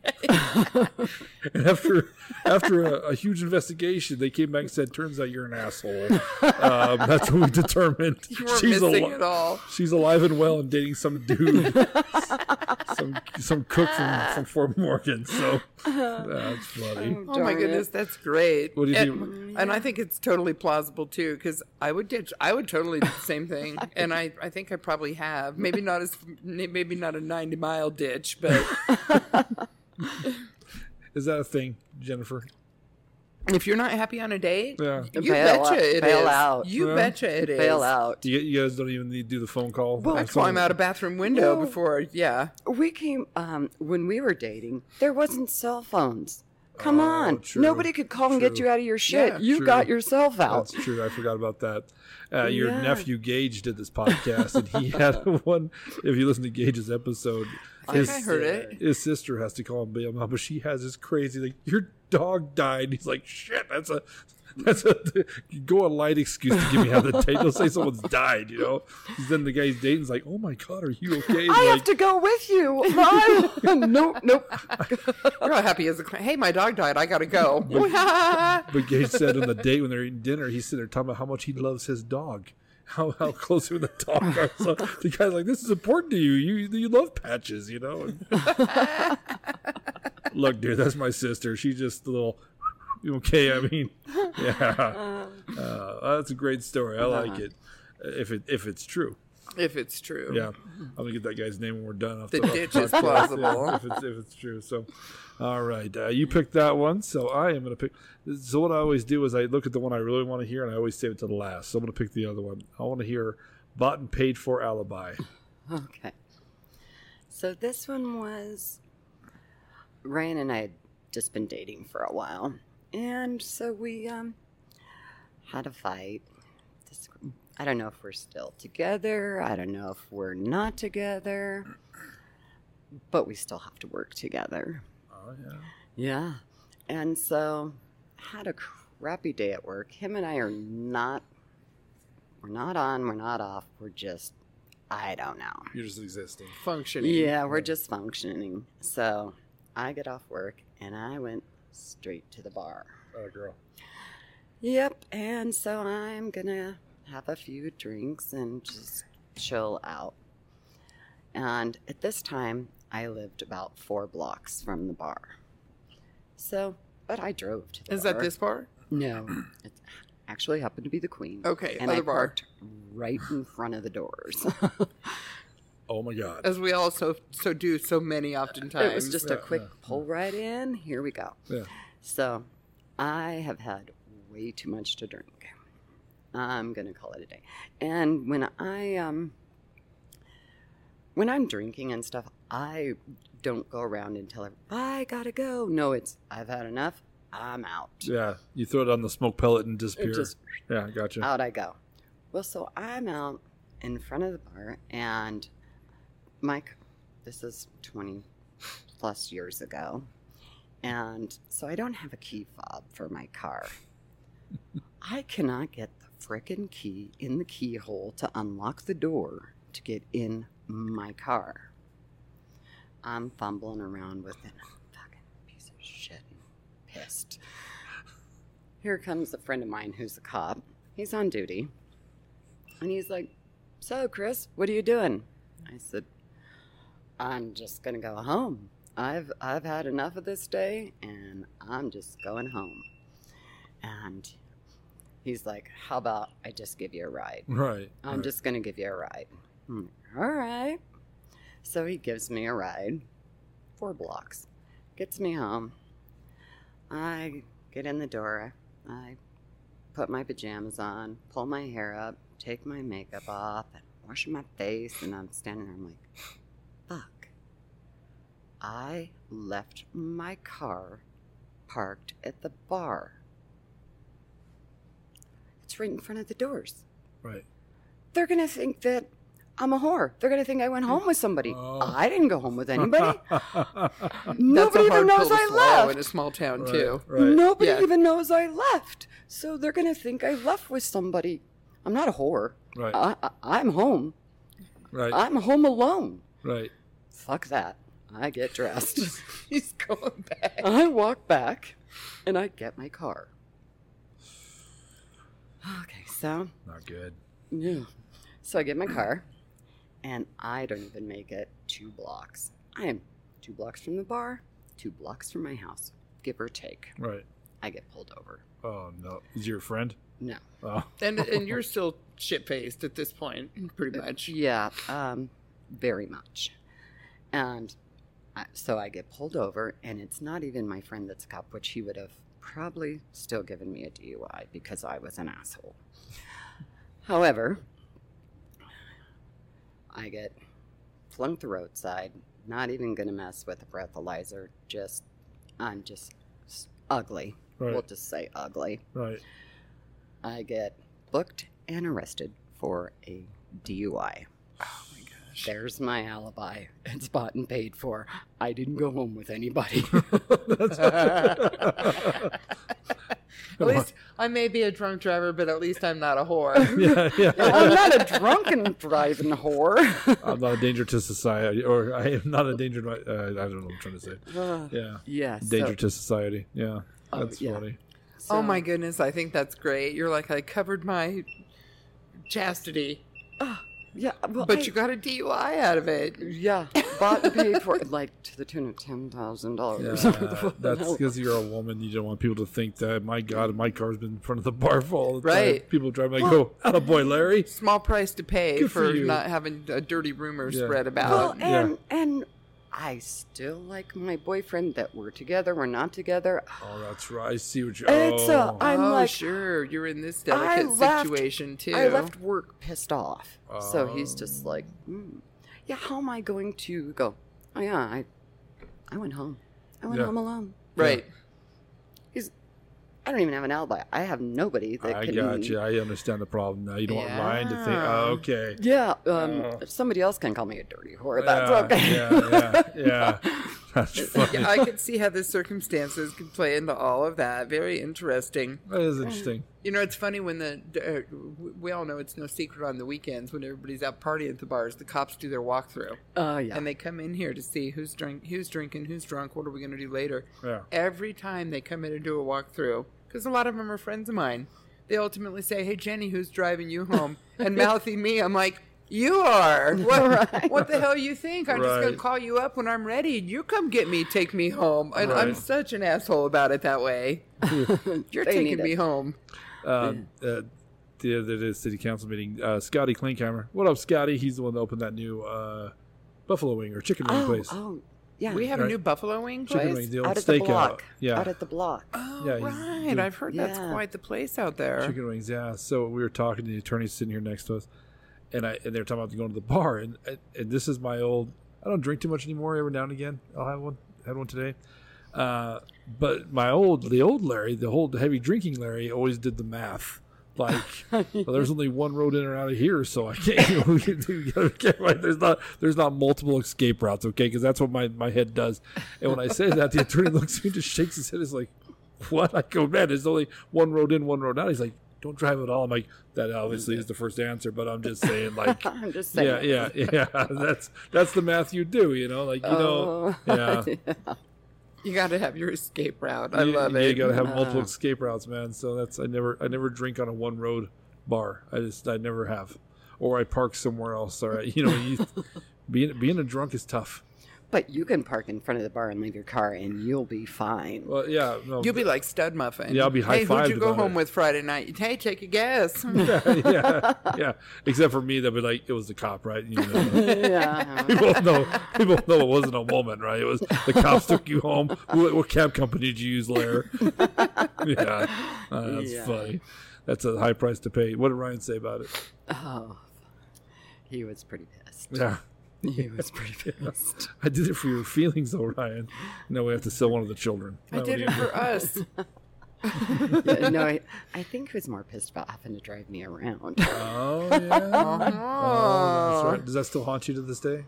S1: and after after a, a huge investigation, they came back and said, turns out you're an asshole. Um, that's what we determined.
S2: You weren't
S1: She's
S2: missing
S1: al-
S2: at all.
S1: She's alive and well and dating some dude, some some cook from, from Fort Morgan. So
S2: Uh-huh.
S1: that's funny.
S2: Oh my
S3: Darn it.
S2: goodness, that's great.
S1: What do you
S2: and,
S1: think-
S2: And I think it's totally plausible too, because I would ditch. I would totally do the same thing, and I, I think I probably have. Maybe not as maybe not a ninety mile ditch, but
S1: Is that a thing, Jennifer?
S2: if you're not happy on a date,
S1: Yeah.
S2: you
S3: Bail
S2: betcha
S3: out-
S2: it is.
S3: bail out.
S2: You
S1: Yeah.
S2: betcha it is.
S3: bail out.
S1: Do you, you guys don't even need to do the phone call.
S2: I
S1: Uh,
S2: climb
S1: someone-
S2: out a bathroom window
S3: No.
S2: before. Yeah,
S3: We came um, when we were dating. There wasn't cell phones. Come
S1: Oh,
S3: on,
S1: true,
S3: nobody could call and get
S1: true.
S3: you out of your shit.
S2: Yeah,
S3: you
S1: true.
S3: got yourself out.
S1: That's true. I forgot about that. Uh, your
S3: Yeah.
S1: nephew Gage did this podcast, and he had one. If you listen to Gage's episode,
S2: I think I heard it.
S1: his sister has to call him bail mom, but she has this crazy like your dog died. He's like, shit, that's a that's a go a light excuse to give me out of the date. Don't say someone's died, you know. 'Cause then the guy's dating's like, oh my god, are you okay? He's
S3: I
S1: like,
S3: have to go with you. I, nope, nope.
S2: you're all happy as a clam. Hey, my dog died. I gotta go. Wah-ha-ha-ha.
S1: But Gage said on the date when they're eating dinner, he's sitting there talking about how much he loves his dog. How, how close him and the dog are. So the guy's like, this is important to you. You you love patches, you know? Look, dude, that's my sister. She's just a little, you okay? I mean, yeah. Uh, that's a great story. I like it. If it if it's true,
S2: if it's true.
S1: yeah, I'm gonna get that guy's name when we're done. off
S2: The
S1: off
S2: ditch is
S1: podcast. Yeah,
S2: plausible.
S1: if, it's, if it's true. So, all right, uh, you picked that one. So I am gonna pick. So what I always do is I look at the one I really want to hear, and I always save it to the last. So I'm gonna pick the other one. I want to hear "Bought and Paid for Alibi."
S3: Okay. So this one was Ryan and I had just been dating for a while. And so we um, had a fight. This, I don't know if we're still together. I don't know if we're not together. But we still have to work together.
S1: Oh yeah.
S3: Yeah. And so had a crappy day at work. Him and I are not we're not on, we're not off. We're just I don't know.
S1: You're just existing.
S2: Functioning.
S3: Yeah, we're just functioning. So I get off work and I went straight to the bar.
S1: Oh girl.
S3: Yep, and so I'm gonna have a few drinks and just chill out. And at this time, I lived about four blocks from the bar. So, but I drove to the
S2: Is
S3: bar.
S2: that this bar?
S3: No, it actually happened to be the Queen.
S2: Okay,
S3: and
S2: other
S3: I
S2: bar.
S3: parked right in front of the doors.
S1: Oh my god.
S2: as we all so so do so many oftentimes.
S3: it was just a quick pull right in. Here we go.
S1: Yeah.
S3: So, I have had way too much to drink. I'm gonna call it a day. And when I um, when I'm drinking and stuff, I don't go around and tell her I gotta go. No, it's I've had enough. I'm out.
S1: Yeah. You throw it on the smoke pellet and disappear.
S3: just-
S1: yeah, gotcha.
S3: Out I go. Well, so I'm out in front of the bar, and Mike, this is 20 plus years ago. And so I don't have a key fob for my car. I cannot get the frickin' key in the keyhole to unlock the door to get in my car. I'm fumbling around with it. Fucking piece of shit. Pissed. Here comes a friend of mine who's a cop. He's on duty. And he's like, So, Chris, what are you doing? I said, I'm just going to go home. I've, I've had enough of this day and I'm just going home. And he's like, How about I just give you a ride?
S1: Right.
S3: I'm
S1: right.
S3: just going to give you a ride. I'm like, All right. So he gives me a ride, four blocks, gets me home. I get in the door. I put my pajamas on, pull my hair up, take my makeup off, and wash my face. And I'm standing there. I'm like, fuck. I left my car parked at the bar. It's right in front of the doors
S1: right.
S3: they're going to think that I'm a whore. They're going to think I went home with somebody.
S1: Oh.
S3: I didn't go home with anybody.
S2: That's
S3: Nobody
S2: a hard
S3: even knows
S2: pill to
S3: I
S2: swallow in a
S3: left.
S2: small town
S1: Right,
S2: too.
S1: Right.
S3: Nobody
S2: Yeah.
S3: even knows I left. So they're going to think I left with somebody. I'm not a whore.
S1: Right.
S3: I, I, I'm home.
S1: right.
S3: I'm home alone.
S1: right.
S3: Fuck that. I get dressed.
S2: He's going back.
S3: I walk back and I get my car. Okay, so
S1: Not good.
S3: Yeah. So I get in my car, and I don't even make it two blocks. I am two blocks from the bar, two blocks from my house, give or take.
S1: Right.
S3: I get pulled over.
S1: Oh no. Is your friend?
S3: No.
S1: Oh.
S2: And and you're still shit faced at this point, pretty
S3: Uh,
S2: much.
S3: Yeah, um, very much. And I, so I get pulled over, and it's not even my friend that's a cop, which he would have probably still given me a DUI because I was an asshole. However, I get flunked the roadside, not even going to mess with a breathalyzer. Just, I'm just s- ugly.
S1: Right.
S3: We'll just say ugly.
S1: Right.
S3: I get booked and arrested for a DUI. Oh There's my alibi. It's bought and paid for. I didn't go home with anybody.
S1: That's
S2: At least I may be a drunk driver, but at least I'm not a whore.
S1: yeah, yeah.
S3: I'm not a drunken driving whore.
S1: I'm not a danger to society, or I am not a danger. To my, uh, I don't know what I'm trying to say. Yeah,
S3: yes.
S1: danger to society. Yeah,
S3: Oh,
S1: that's
S3: yeah.
S1: funny.
S2: Oh my goodness, I think that's great. You're like I covered my chastity,
S3: Yeah. Well,
S2: but
S3: I-
S2: you got a DUI out of it.
S3: Yeah, bought and paid for, like to the tune of ten thousand dollars.
S1: Yeah, that's because you're a woman. You don't want people to think that. My God, my car's been in front of the bar for all the time.
S2: Right.
S1: People drive by, and go, "Out of boy, Larry."
S2: Small price to pay
S1: Good for
S2: for
S1: you.
S2: not having a dirty rumor
S1: Yeah.
S2: spread about.
S3: Well,
S1: Yeah.
S3: and and I still like my boyfriend. That we're together. We're not together.
S1: Oh, that's right. I see what you.
S3: It's uh, a-
S1: oh,
S3: I'm
S2: oh,
S3: like-
S2: sure, you're in this
S3: I
S2: delicate
S3: left-
S2: situation too.
S3: I left work pissed off. So he's just
S1: Oh.
S3: like, mm, yeah, how am I going to go? Oh yeah, I, I went home. I went
S1: Yeah.
S3: home alone.
S2: Right.
S3: He's, I don't even have an alibi. I have nobody that
S1: I
S3: can.
S1: got you. I understand the problem now. You don't want Ryan to think.
S2: Yeah.
S1: Oh, okay.
S3: Yeah, um,
S1: Oh.
S3: somebody else can call me a dirty whore. That's
S1: yeah,
S3: okay.
S1: Yeah, yeah, yeah. That's funny.
S2: yeah, I could see how the circumstances could play into all of that. Very interesting.
S1: That is interesting.
S2: You know, it's funny when the uh, w- we all know it's no secret on the weekends when everybody's out partying at the bars, the cops do their walkthrough
S3: Oh yeah.
S2: and they come in here to see who's drink, who's drinking, who's drunk, what are we going to do later.
S1: Yeah.
S2: Every time they come in and do a walkthrough, because a lot of them are friends of mine, they ultimately say, "Hey Jenny, who's driving you home?" and mouthy me, I'm like. You are. What, what the hell you think? I'm just going
S1: Right.
S2: to call you up when I'm ready and you come get me, take me home. And I'm
S1: Right.
S2: such an asshole about it that way. You're
S3: They need
S2: taking
S3: it.
S2: me home.
S1: Um, uh, the other day, city council meeting, uh, Scotty Klinkhammer. What up, Scotty? He's the one that opened that new uh, buffalo wing or chicken wing
S3: oh,
S1: place.
S3: oh yeah.
S2: We have
S1: Right.
S2: a new buffalo wing
S1: chicken
S2: place.
S1: wing, the old
S3: out at the
S1: steakout.
S3: block.
S1: Yeah,
S3: Out at the block.
S2: Oh,
S1: Yeah, he's doing-
S2: right. I've heard that's
S3: Yeah.
S2: quite the place out there.
S1: chicken wings. Yeah. So we were talking to the attorney sitting here next to us, and I and they were talking about going to the bar, and and- and this is my old. I don't drink too much anymore. Every now and again, I'll have one. Had one today. Uh, but my old, the old Larry, the old heavy drinking Larry, always did the math. Like, well, there's only one road in or out of here, so I can't. You know, we can do- okay, right? There's not, there's not multiple escape routes, okay? Because that's what my, my head does. And when I say that, the attorney looks at me, just shakes his head, is like, "What?" I go, "Man, there's only one road in, one road out." He's like, "Don't drive at all." I'm like, "That obviously is the first answer," but I'm just saying, like,
S3: I'm just saying.
S1: yeah, yeah, yeah. That's that's the math you do, you know, like you know, yeah.
S2: You got to have your escape route. I
S1: you,
S2: love
S1: you
S2: it. Uh-huh.
S1: gotta have multiple escape routes, man. So that's I never I never drink on a one road bar. I just I never have, or I park somewhere else. Or I, you know, you, being being a drunk is tough.
S3: But you can park in front of the bar and leave your car, and you'll be fine.
S1: Well, yeah, no,
S2: You'll be like stud muffin.
S1: Yeah, I'll be
S2: Hey, who'd you
S1: high-fived
S2: go
S1: about
S2: home
S1: it.
S2: with Friday night? Hey, take a guess.
S1: yeah, yeah. Except for me, they'll be like, it was the cop, right? You know,
S3: yeah.
S1: people know people know it wasn't a woman, right? It was the cops took you home. What, what cab company did you use, Lair? yeah, Uh, that's
S3: Yeah.
S1: funny. That's a high price to pay. What did Ryan say about it?
S3: Oh, he was pretty pissed.
S1: Yeah.
S3: He was pretty pissed.
S1: I did it for your feelings, though, Ryan. No, we have to sell one of the children.
S2: I
S1: That would
S2: did it
S1: be-
S2: for us.
S3: Yeah, no, I, I think he was more pissed about having to drive me around.
S1: Oh
S2: Uh-huh.
S1: yeah. oh,
S2: Oh.
S1: that's right. Does that still haunt you to this day?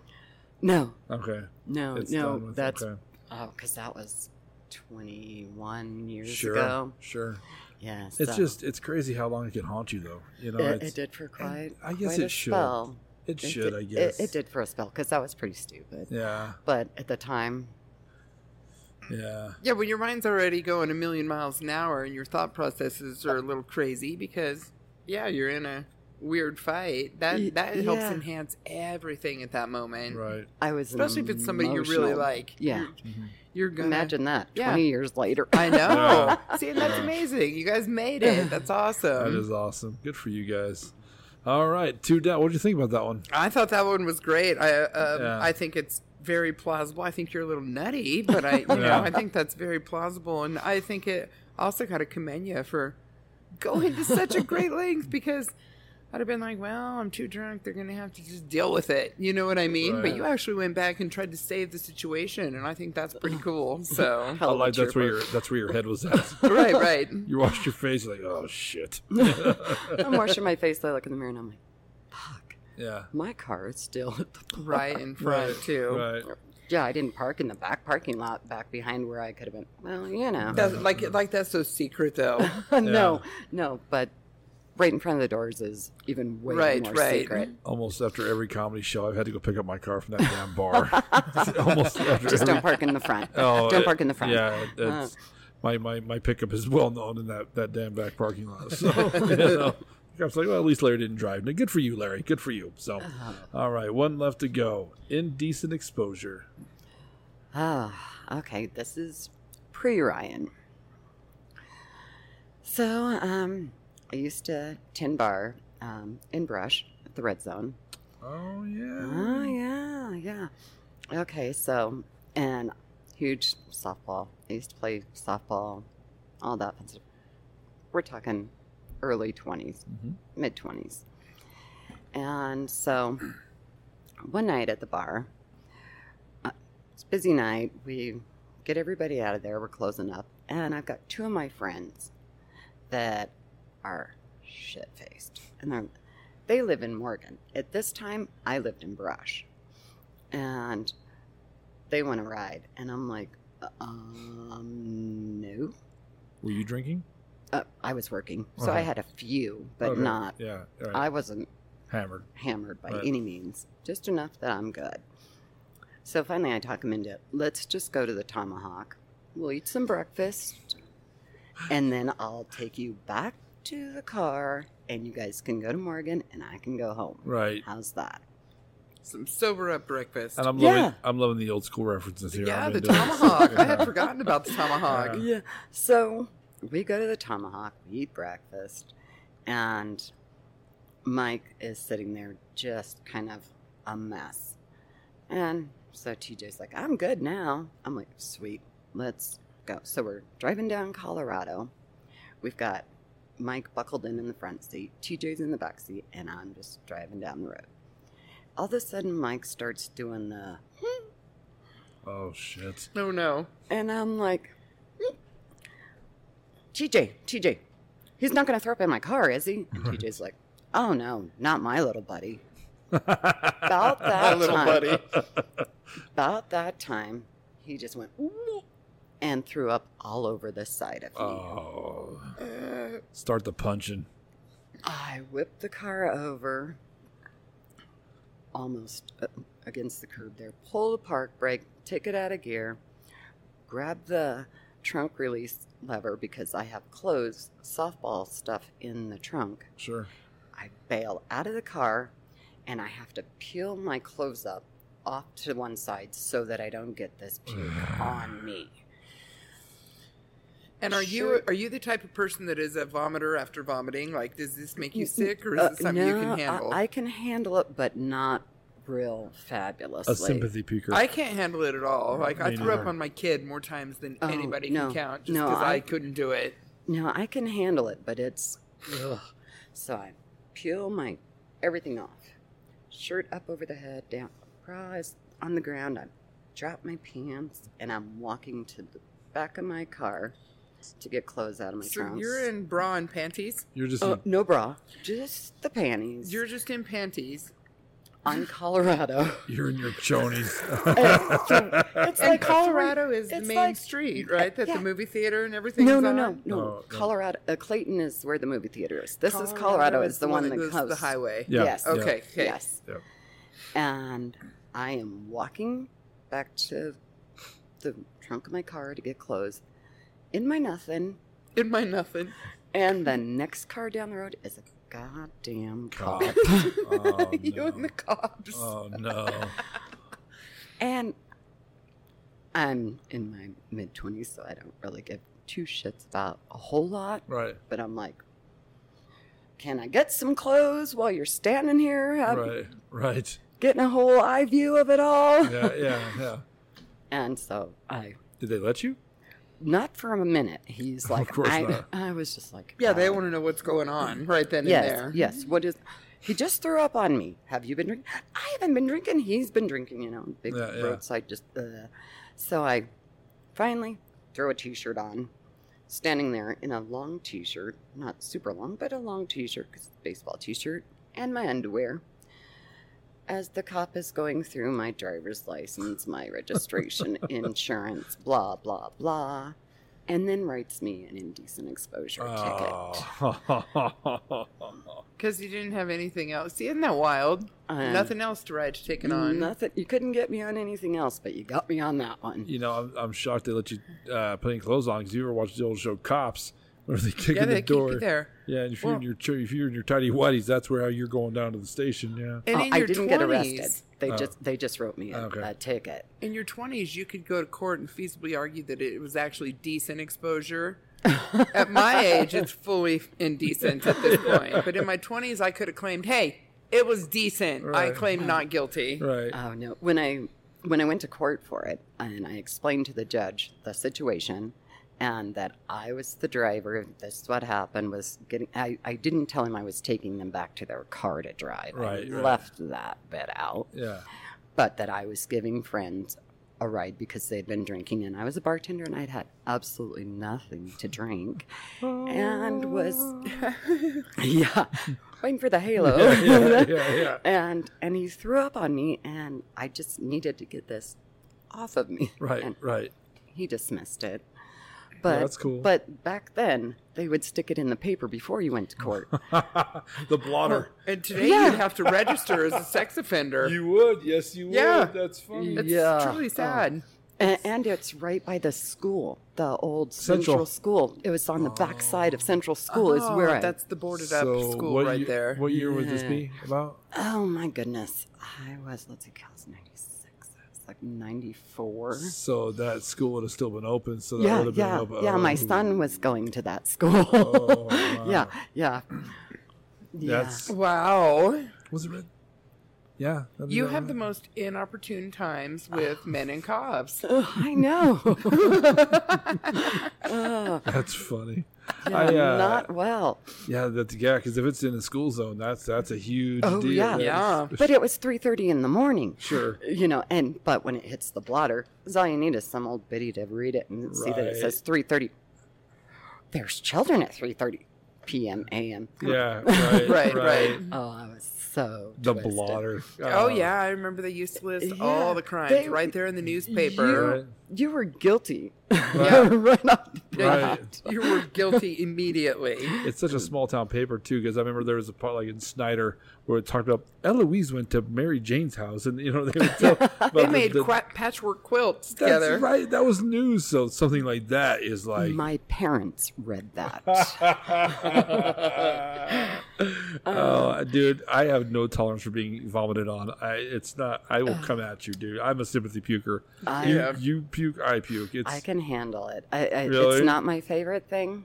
S3: No,
S1: Okay.
S3: Oh, no,
S1: It's done
S3: no.
S1: with,
S3: That's
S1: okay.
S3: oh, because that was twenty-one years
S1: sure,
S3: ago.
S1: sure.
S3: Yeah,
S1: It's
S3: so
S1: just it's crazy how long it can haunt you, though. You know,
S3: it,
S1: it's,
S3: it did for quite.
S1: I guess
S3: quite
S1: it
S3: a
S1: should.
S3: Spell.
S1: It
S3: It
S1: should,
S3: did-
S1: I
S3: it-
S1: guess.
S3: It, did for a spell because that was pretty stupid.
S1: Yeah,
S3: But at the time,
S1: yeah.
S2: Yeah, when your mind's already going a million miles an hour and your thought processes are a little crazy because, yeah, you're in a weird fight.
S3: Y-
S2: That that helps
S3: yeah.
S2: enhance everything at that moment,
S1: Right.
S3: I was an
S2: especially if it's somebody you really
S3: emotional-
S2: like.
S3: Yeah,
S2: you're, you're gonna
S3: imagine that.
S2: Yeah.
S3: Twenty years later,
S2: I know. See, and that's amazing. You guys made it. That's
S3: um,
S1: That
S2: awesome.
S1: is awesome. Good for you guys. All right, two down. What did you think about that one?
S2: I thought that one was great. I um,
S1: Yeah.
S2: I think it's very plausible. I think you're a little nutty, but I you
S1: Yeah.
S2: know I think that's very plausible, and I think it also got to commend you for going to such a great length because I'd have been like, well, I'm too drunk. They're gonna have to just deal with it. You know what I mean?
S1: Right.
S2: But you actually went back and tried to save the situation, and I think that's pretty cool. So
S1: I
S3: Hell of a
S1: like that's where
S3: Oh, trooper.
S1: your that's where your head was at.
S2: right, right.
S1: you washed your face, you're like oh shit.
S3: I'm washing my face. I look in the mirror and I'm like, "Fuck,
S1: yeah.
S3: my car is still at the bar."
S2: Right in front too.
S1: Right.
S3: Yeah, I didn't park in the back parking lot back behind where I could have been. Well, you know,
S2: That's, like like that's so secret though.
S3: no, no, but right in front of the doors is even way
S2: Right,
S3: more
S2: right.
S3: secret.
S1: Almost after every comedy show, I've had to go pick up my car from that damn bar. Almost after
S3: Just
S1: every
S3: don't park in the front.
S1: Oh,
S3: don't
S1: it-
S3: park in the front. Uh-huh.
S1: Yeah, it- it's, my, my my pickup is well known in that, that damn back parking lot. So you know, I was like, well, at least Larry didn't drive. Now, good for you, Larry. Good for you. So,
S3: Uh-huh.
S1: all right, one left to go. Indecent exposure.
S3: Ah, okay. This is pre Ryan. So, um, I used to tin bar um, in Brush at the Red Zone.
S1: Oh yeah.
S3: Oh yeah, yeah. Okay, so and huge softball. I used to play softball, all that fun stuff. We're talking early 20s
S1: Mhm.
S3: mid twenties. And so, one night at the bar, uh, it's a busy night. We get everybody out of there. We're closing up, and I've got two of my friends that are shit faced, and they're they live in Morgan. At this time, I lived in Brush, and they want to ride, and I'm like, um, no.
S1: Were you drinking?
S3: Uh, I was working, so I
S1: Uh-huh.
S3: had a few, but
S1: Okay.
S3: not.
S1: Yeah. All right.
S3: I wasn't
S1: Hammered.
S3: hammered by
S1: Right.
S3: any means, just enough that I'm good. So finally, I talk him into let's just go to the tomahawk. We'll eat some breakfast, and then I'll take you back to the car, and you guys can go to Morgan, and I can go home.
S1: Right.
S3: How's that?
S2: Some sober up breakfast.
S1: And I'm
S3: Yeah.
S1: loving I'm loving the old school references here.
S2: Yeah,
S1: I'm
S2: the
S1: into it.
S2: tomahawk. I had
S1: Yeah.
S2: forgotten about the tomahawk.
S1: Yeah.
S3: Yeah. So we go to the Tomahawk, we eat breakfast, and Mike is sitting there just kind of a mess. And so TJ's like, I'm good now. I'm like, sweet, let's go. So we're driving down Colorado. We've got Mike buckled in in the front seat, TJ's in the back seat, and I'm just driving down the road. All of a sudden, Mike starts doing the,
S1: Oh shit.
S2: Oh no.
S3: and I'm like, TJ, TJ, he's not going to throw up in my car, is he? And TJ's like, oh no, not my little buddy. About that time, about that time, he just went and threw up all over the side of me.
S1: Oh.
S2: Uh,
S1: Start the punching.
S3: I whipped the car over, almost uh, against the curb there. Pull the park brake, take it out of gear, grab the trunk release lever because I have clothes, softball stuff in the trunk,
S1: Sure.
S3: I bail out of the car and I have to peel my clothes up off to one side so that I don't get this puke on me.
S2: And are you
S3: Sure.
S2: are you the type of person that is a vomiter after vomiting? Like, does this make you sick, or is
S3: Uh,
S2: this something you
S3: no,
S2: can handle?
S3: I, I can handle it, but not real fabulously.
S1: A sympathy puker.
S2: I can't handle it at all. Like I
S1: Me
S2: threw up
S1: neither.
S2: on my kid more times than
S3: Oh,
S2: anybody
S3: no.
S2: can count, just
S3: No,
S2: because I,
S3: I-
S2: couldn't do it.
S3: No, I can handle it, but it's ugh. so I peel my everything off, shirt up over the head, down, bra is on the ground. I drop my pants and I'm walking to the back of my car to get clothes out of my
S2: So
S3: trunks.
S2: you're in bra and panties.
S1: You're just
S2: Oh.
S3: Uh, no bra, just the panties.
S2: You're just in panties.
S3: on Colorado.
S1: you're in your chonies.
S3: it's
S2: and Colorado is the
S3: it's
S2: main
S3: like- uh,
S2: street, right? That the
S3: yeah.
S2: movie theater and everything.
S3: No,
S2: is
S3: no,
S2: on?
S3: no, no.
S1: No, no.
S3: Colorado, uh, Clayton is where the movie theater is. This is Colorado. Oh, Is the one that
S2: goes to
S3: comes
S2: the highway.
S1: Yeah,
S3: Yes.
S1: yeah.
S2: Okay. Okay.
S3: Yes.
S1: Yep.
S3: And I am walking back to the trunk of my car to get clothes in my nothing.
S2: In my nothing.
S3: And the next car down the road is a goddamn
S1: Cop.
S3: cop.
S1: Oh,
S2: you
S1: no.
S2: and the cops.
S1: Oh no.
S3: And I'm in my mid 20s, so I don't really give two shits about a whole lot.
S1: Right.
S3: But I'm like, can I get some clothes while you're standing here? I'm
S1: Right. Right.
S3: getting a whole eye view of it all.
S1: Yeah. Yeah. Yeah.
S3: And so I
S1: Did they let you?
S3: not for a minute. He's like,
S1: course
S3: I,
S1: not.
S3: I was just like,
S2: yeah, they
S3: uh,
S2: want to know what's going on right then
S3: Mm. Yes,
S2: and there.
S3: yes. What is? He just threw up on me. Have you been drinking? I haven't been drinking. He's been drinking. You know, big
S1: Yeah, yeah.
S3: roadside. Just uh. so I finally throw a t-shirt on. Standing there in a long t-shirt, not super long, but a long t-shirt, 'cause it's a baseball t-shirt, and my underwear. As the cop is going through my driver's license, my registration, insurance, blah blah blah, and then writes me an indecent exposure ticket.
S1: Oh.
S2: Because you didn't have anything else. See, isn't that wild?
S3: Um,
S2: Nothing else to ride taken on.
S3: Nothing. You couldn't get me on anything else, but you got me on that one.
S1: you know, I'm, I'm shocked they let you uh, put any clothes on because you ever watched the old show Cops, where they kick
S2: yeah,
S1: in the
S2: they keep
S1: door.
S2: you there.
S1: Yeah, and if you're in
S2: Well-
S1: your ch- if you're in your tidy whities, that's where how you're going down to the station. Yeah.
S2: And
S3: Oh,
S2: in
S3: I
S2: your
S3: didn't
S2: 20s,
S3: get arrested. They
S1: Oh.
S3: just they just wrote me a,
S1: Okay.
S3: a ticket.
S2: In your 20s, you could go to court and feasibly argue that it was actually decent exposure. at my age, it's fully indecent at this point. But in my 20s, I could have claimed, hey, it was decent. I
S1: Right.
S2: claimed not guilty.
S1: Right.
S3: Oh no! When I when I went to court for it, and I explained to the judge the situation, and that I was the driver. This is what happened. Was getting. I, I didn't tell him I was taking them back to their car to drive.
S1: Right,
S3: I
S1: right.
S3: left that bit out,
S1: yeah.
S3: but that I was giving friends. A ride because they'd been drinking, and I was a bartender, and I'd had absolutely nothing to drink, and was yeah, waiting for the halo.
S1: Oh. yeah, yeah, yeah, yeah.
S3: And and he threw up on me, and I just needed to get this off of me.
S1: Right.
S3: And
S1: Right.
S3: he dismissed it. But
S1: that's cool.
S3: But back then, they would stick it in the paper before you went to court.
S1: the blotter.
S2: And today,
S3: Yeah.
S2: you'd have to register as a sex offender.
S1: You would. Yes, you would.
S2: Yeah.
S1: That's funny.
S2: it's
S3: Yeah.
S2: truly sad.
S3: and, and it's right by the school, the old
S1: Central.
S3: Central, School. It was on the back side of Central School. is where
S2: Oh,
S3: I,
S2: that's the boarded up
S1: So
S2: school
S1: what
S2: right
S1: ye-
S2: there.
S1: What year would this be about?
S3: Oh my goodness! I was let's see, I was ninety six. I was like ninety four.
S1: So that school would have still been open. So that
S3: yeah,
S1: would have been
S3: yeah,
S1: open.
S3: yeah. My
S1: Oh.
S3: son was going to that school.
S1: Oh, wow.
S3: yeah, yeah, yeah.
S1: That's
S2: Wow.
S1: was it red? Yeah. that'd be
S2: You
S1: about
S2: have
S1: right.
S2: the most inopportune times with men and cops.
S3: Ugh, I know. Ugh,
S1: That's funny.
S3: yeah,
S1: I, uh,
S3: not well.
S1: Yeah, that's yeah. Because if it's in the school zone, that's that's a huge
S3: Oh,
S1: deal.
S3: yeah.
S1: That is-
S2: Yeah.
S3: But it was three thirty in the morning.
S1: Sure.
S3: You know, and but when it hits the blotter, is all you need is some old biddy to read it and see that it
S1: Right.
S3: says three thirty. There's children at three thirty p.m. a.m.
S1: Yeah. Right.
S2: Right, right.
S3: Oh, I was so
S1: The
S3: twisted.
S1: blotter.
S2: Oh yeah, I remember they used to list
S3: Yeah,
S2: all the crimes
S3: they-
S2: right there in the
S3: You,
S2: newspaper.
S1: Uh, Right.
S3: you were guilty
S2: Yeah.
S3: right off the
S1: Right.
S3: bat.
S2: You were guilty immediately.
S1: It's such a small town paper too, because I remember there was a part like in Snyder where it talked about Eloise went to Mary Jane's house, and you know they would tell. about
S2: They
S1: the-
S2: made
S1: the-
S2: qua- patchwork quilts
S1: That's
S2: together.
S1: right. That was news. So something like that is like
S3: My parents read that.
S1: Oh, dude, I have no tolerance for being vomited on. I, it's not. I will come at you, dude. I'm a sympathy puker.
S3: I-
S1: you,
S2: Yeah.
S1: you puke, I puke. It's
S3: I can handle it. I, I,
S1: Really?
S3: It's not my favorite thing,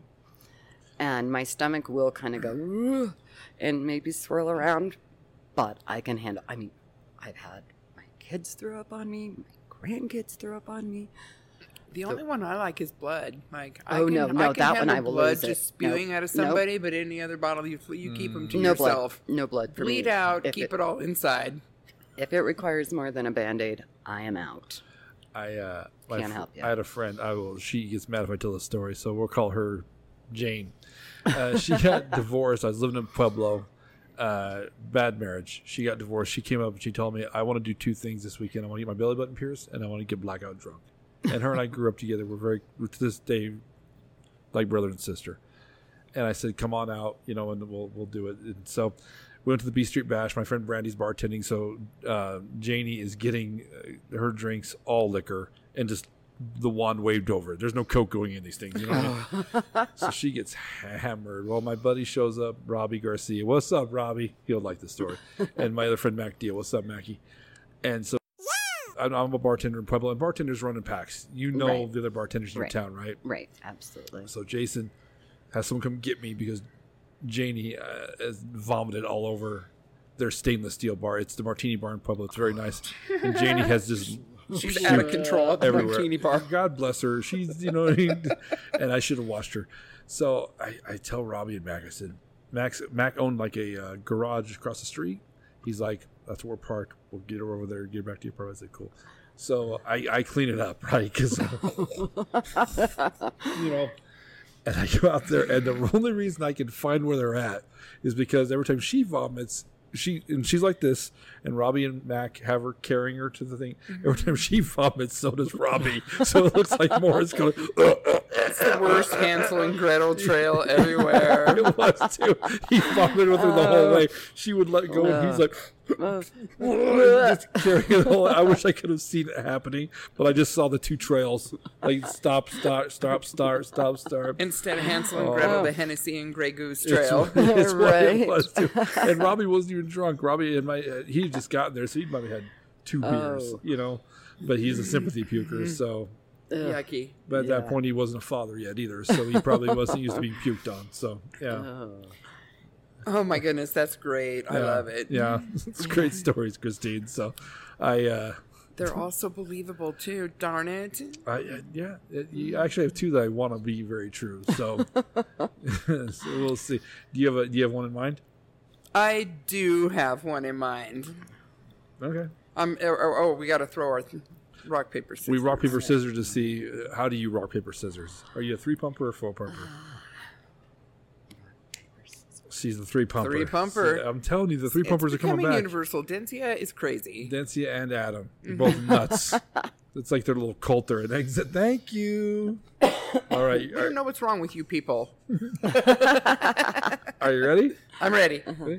S3: and my stomach will kind of go "Ugh," and maybe swirl around, but I can handle. I mean, I've had my kids throw up on me, my grandkids throw up on me.
S2: The only one I like is blood. Like, I
S3: Oh,
S2: can,
S3: no, no,
S2: I can
S3: that one
S2: handle
S3: I will
S2: blood
S3: lose it.
S2: just spewing
S3: Nope,
S2: out of
S3: nope. Mm,
S2: somebody, but any other bottle you you keep them to
S3: no
S2: yourself.
S3: blood, no blood for me.
S2: Bleed out,
S3: If
S2: keep it all inside.
S3: If it requires more than a band aid, I am out.
S1: I uh,
S3: Can't help you.
S1: I had a friend. I will. She gets mad if I tell the story, so we'll call her Jane. Uh, she got divorced. I was living in Pueblo. Uh, bad marriage. She got divorced. She came up and she told me, "I want to do two things this weekend. I want to get my belly button pierced, and I want to get blackout drunk." And her and I grew up together. We're very we're to this day like brother and sister. And I said, "Come on out, you know, and we'll we'll do it." And so we went to the B Street Bash. My friend Brandy's bartending, so uh, Janie is getting uh, her drinks all liquor and just the wand waved over. it. There's no coke going in these things, you know. What I mean? so she gets hammered. Well, my buddy shows up, Robbie Garcia. What's up, Robbie? He'll like the story. and my other friend Mac Deal. What's up, Mackie? And so. I'm I'm a bartender in Pueblo, and bartenders run in packs. You know
S3: Right.
S1: the other bartenders in your
S3: Right.
S1: town, right?
S3: Right, absolutely.
S1: So Jason has someone come get me because Janie uh, has vomited all over their stainless steel bar. It's the Martini Bar in Pueblo. It's very nice, and Janie has just
S2: She's out of control at the
S1: everywhere.
S2: martini bar.
S1: God bless her. She's you know, what I mean? and I should have watched her. So I, I tell Robbie and Mac. I said, Max Mac owned like a uh, garage across the street. He's like, that's where we're parked. We'll get her over there. Get her back to your apartment. I said, cool. So I, I clean it up, right? Because you know. And I go out there, and the only reason I can find where they're at is because every time she vomits, she and she's like this, and Robbie and Mac have her carrying her to the thing. Every time she vomits, so does Robbie. So it looks like Morris going. "Ugh, ugh, ugh."
S2: It's the worst Hansel and Gretel trail everywhere.
S1: It was too. He vomited with her the whole
S2: Uh,
S1: way. She would let go, and he's like, just carrying it all. I wish I could have seen it happening, but I just saw the two trails, like stop, start, stop, start, stop, start.
S2: Instead of Hansel and Gretel, the Hennessy and Grey Goose trail.
S1: Oh. It's, it's what it
S3: Right.
S1: was too. And Robbie wasn't even drunk. Robbie and my uh, he had just gotten there, so he probably had two beers,
S3: Oh.
S1: you know. But he's a sympathy
S2: Mm-hmm.
S1: puker, so
S2: Yucky.
S1: but at that
S3: Yeah.
S1: point he wasn't a father yet either, so he probably wasn't used to being puked on. So yeah.
S3: Oh.
S2: Oh my goodness, that's great. Oh, I
S1: Yeah.
S2: love it.
S1: Yeah. It's great stories, Christine. So I uh
S2: They're all so believable too, darn it.
S1: I, I yeah, it, you actually have two that I want to be very true. So, so we'll see. Do you have a do you have one in mind?
S2: I do have one in mind.
S1: Okay.
S2: Um, oh, oh, oh, we got to throw our th- rock, paper, scissors.
S1: We rock paper scissors to see uh, how do you rock paper scissors. Are you a three pumper or four pumper?
S2: Ah.
S1: She's the three pumper.
S2: Three pumper.
S1: See, I'm telling you, the three pumpers
S2: it's
S1: are coming
S2: becoming
S1: back.
S2: universal. Densia is crazy.
S1: Densia and Adam, they're both nuts. it's like their little cult there. And said, Thank you. All right,
S2: I
S1: are,
S2: don't know what's wrong with you people.
S1: are you ready?
S2: I'm ready.
S1: Ready?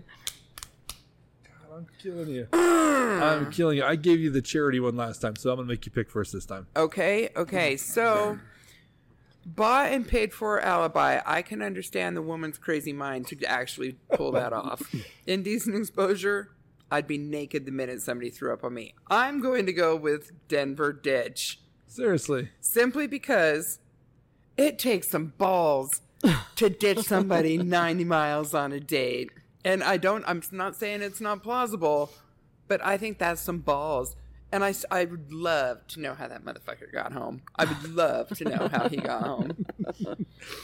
S1: God, I'm killing you. I'm killing you. I gave you the charity one last time, so I'm gonna make you pick first this time.
S2: Okay, okay. So, bought and paid for alibi. I can understand the woman's crazy mind to actually pull that off. Indecent exposure. I'd be naked the minute somebody threw up on me. I'm going to go with Denver Ditch
S1: Seriously.
S2: simply because it takes some balls to ditch somebody 90 miles on a date. And I don't, I'm not saying it's not plausible, but I think that's some balls. And I, s- I would love to know how that motherfucker got home. I would love to know how he got home.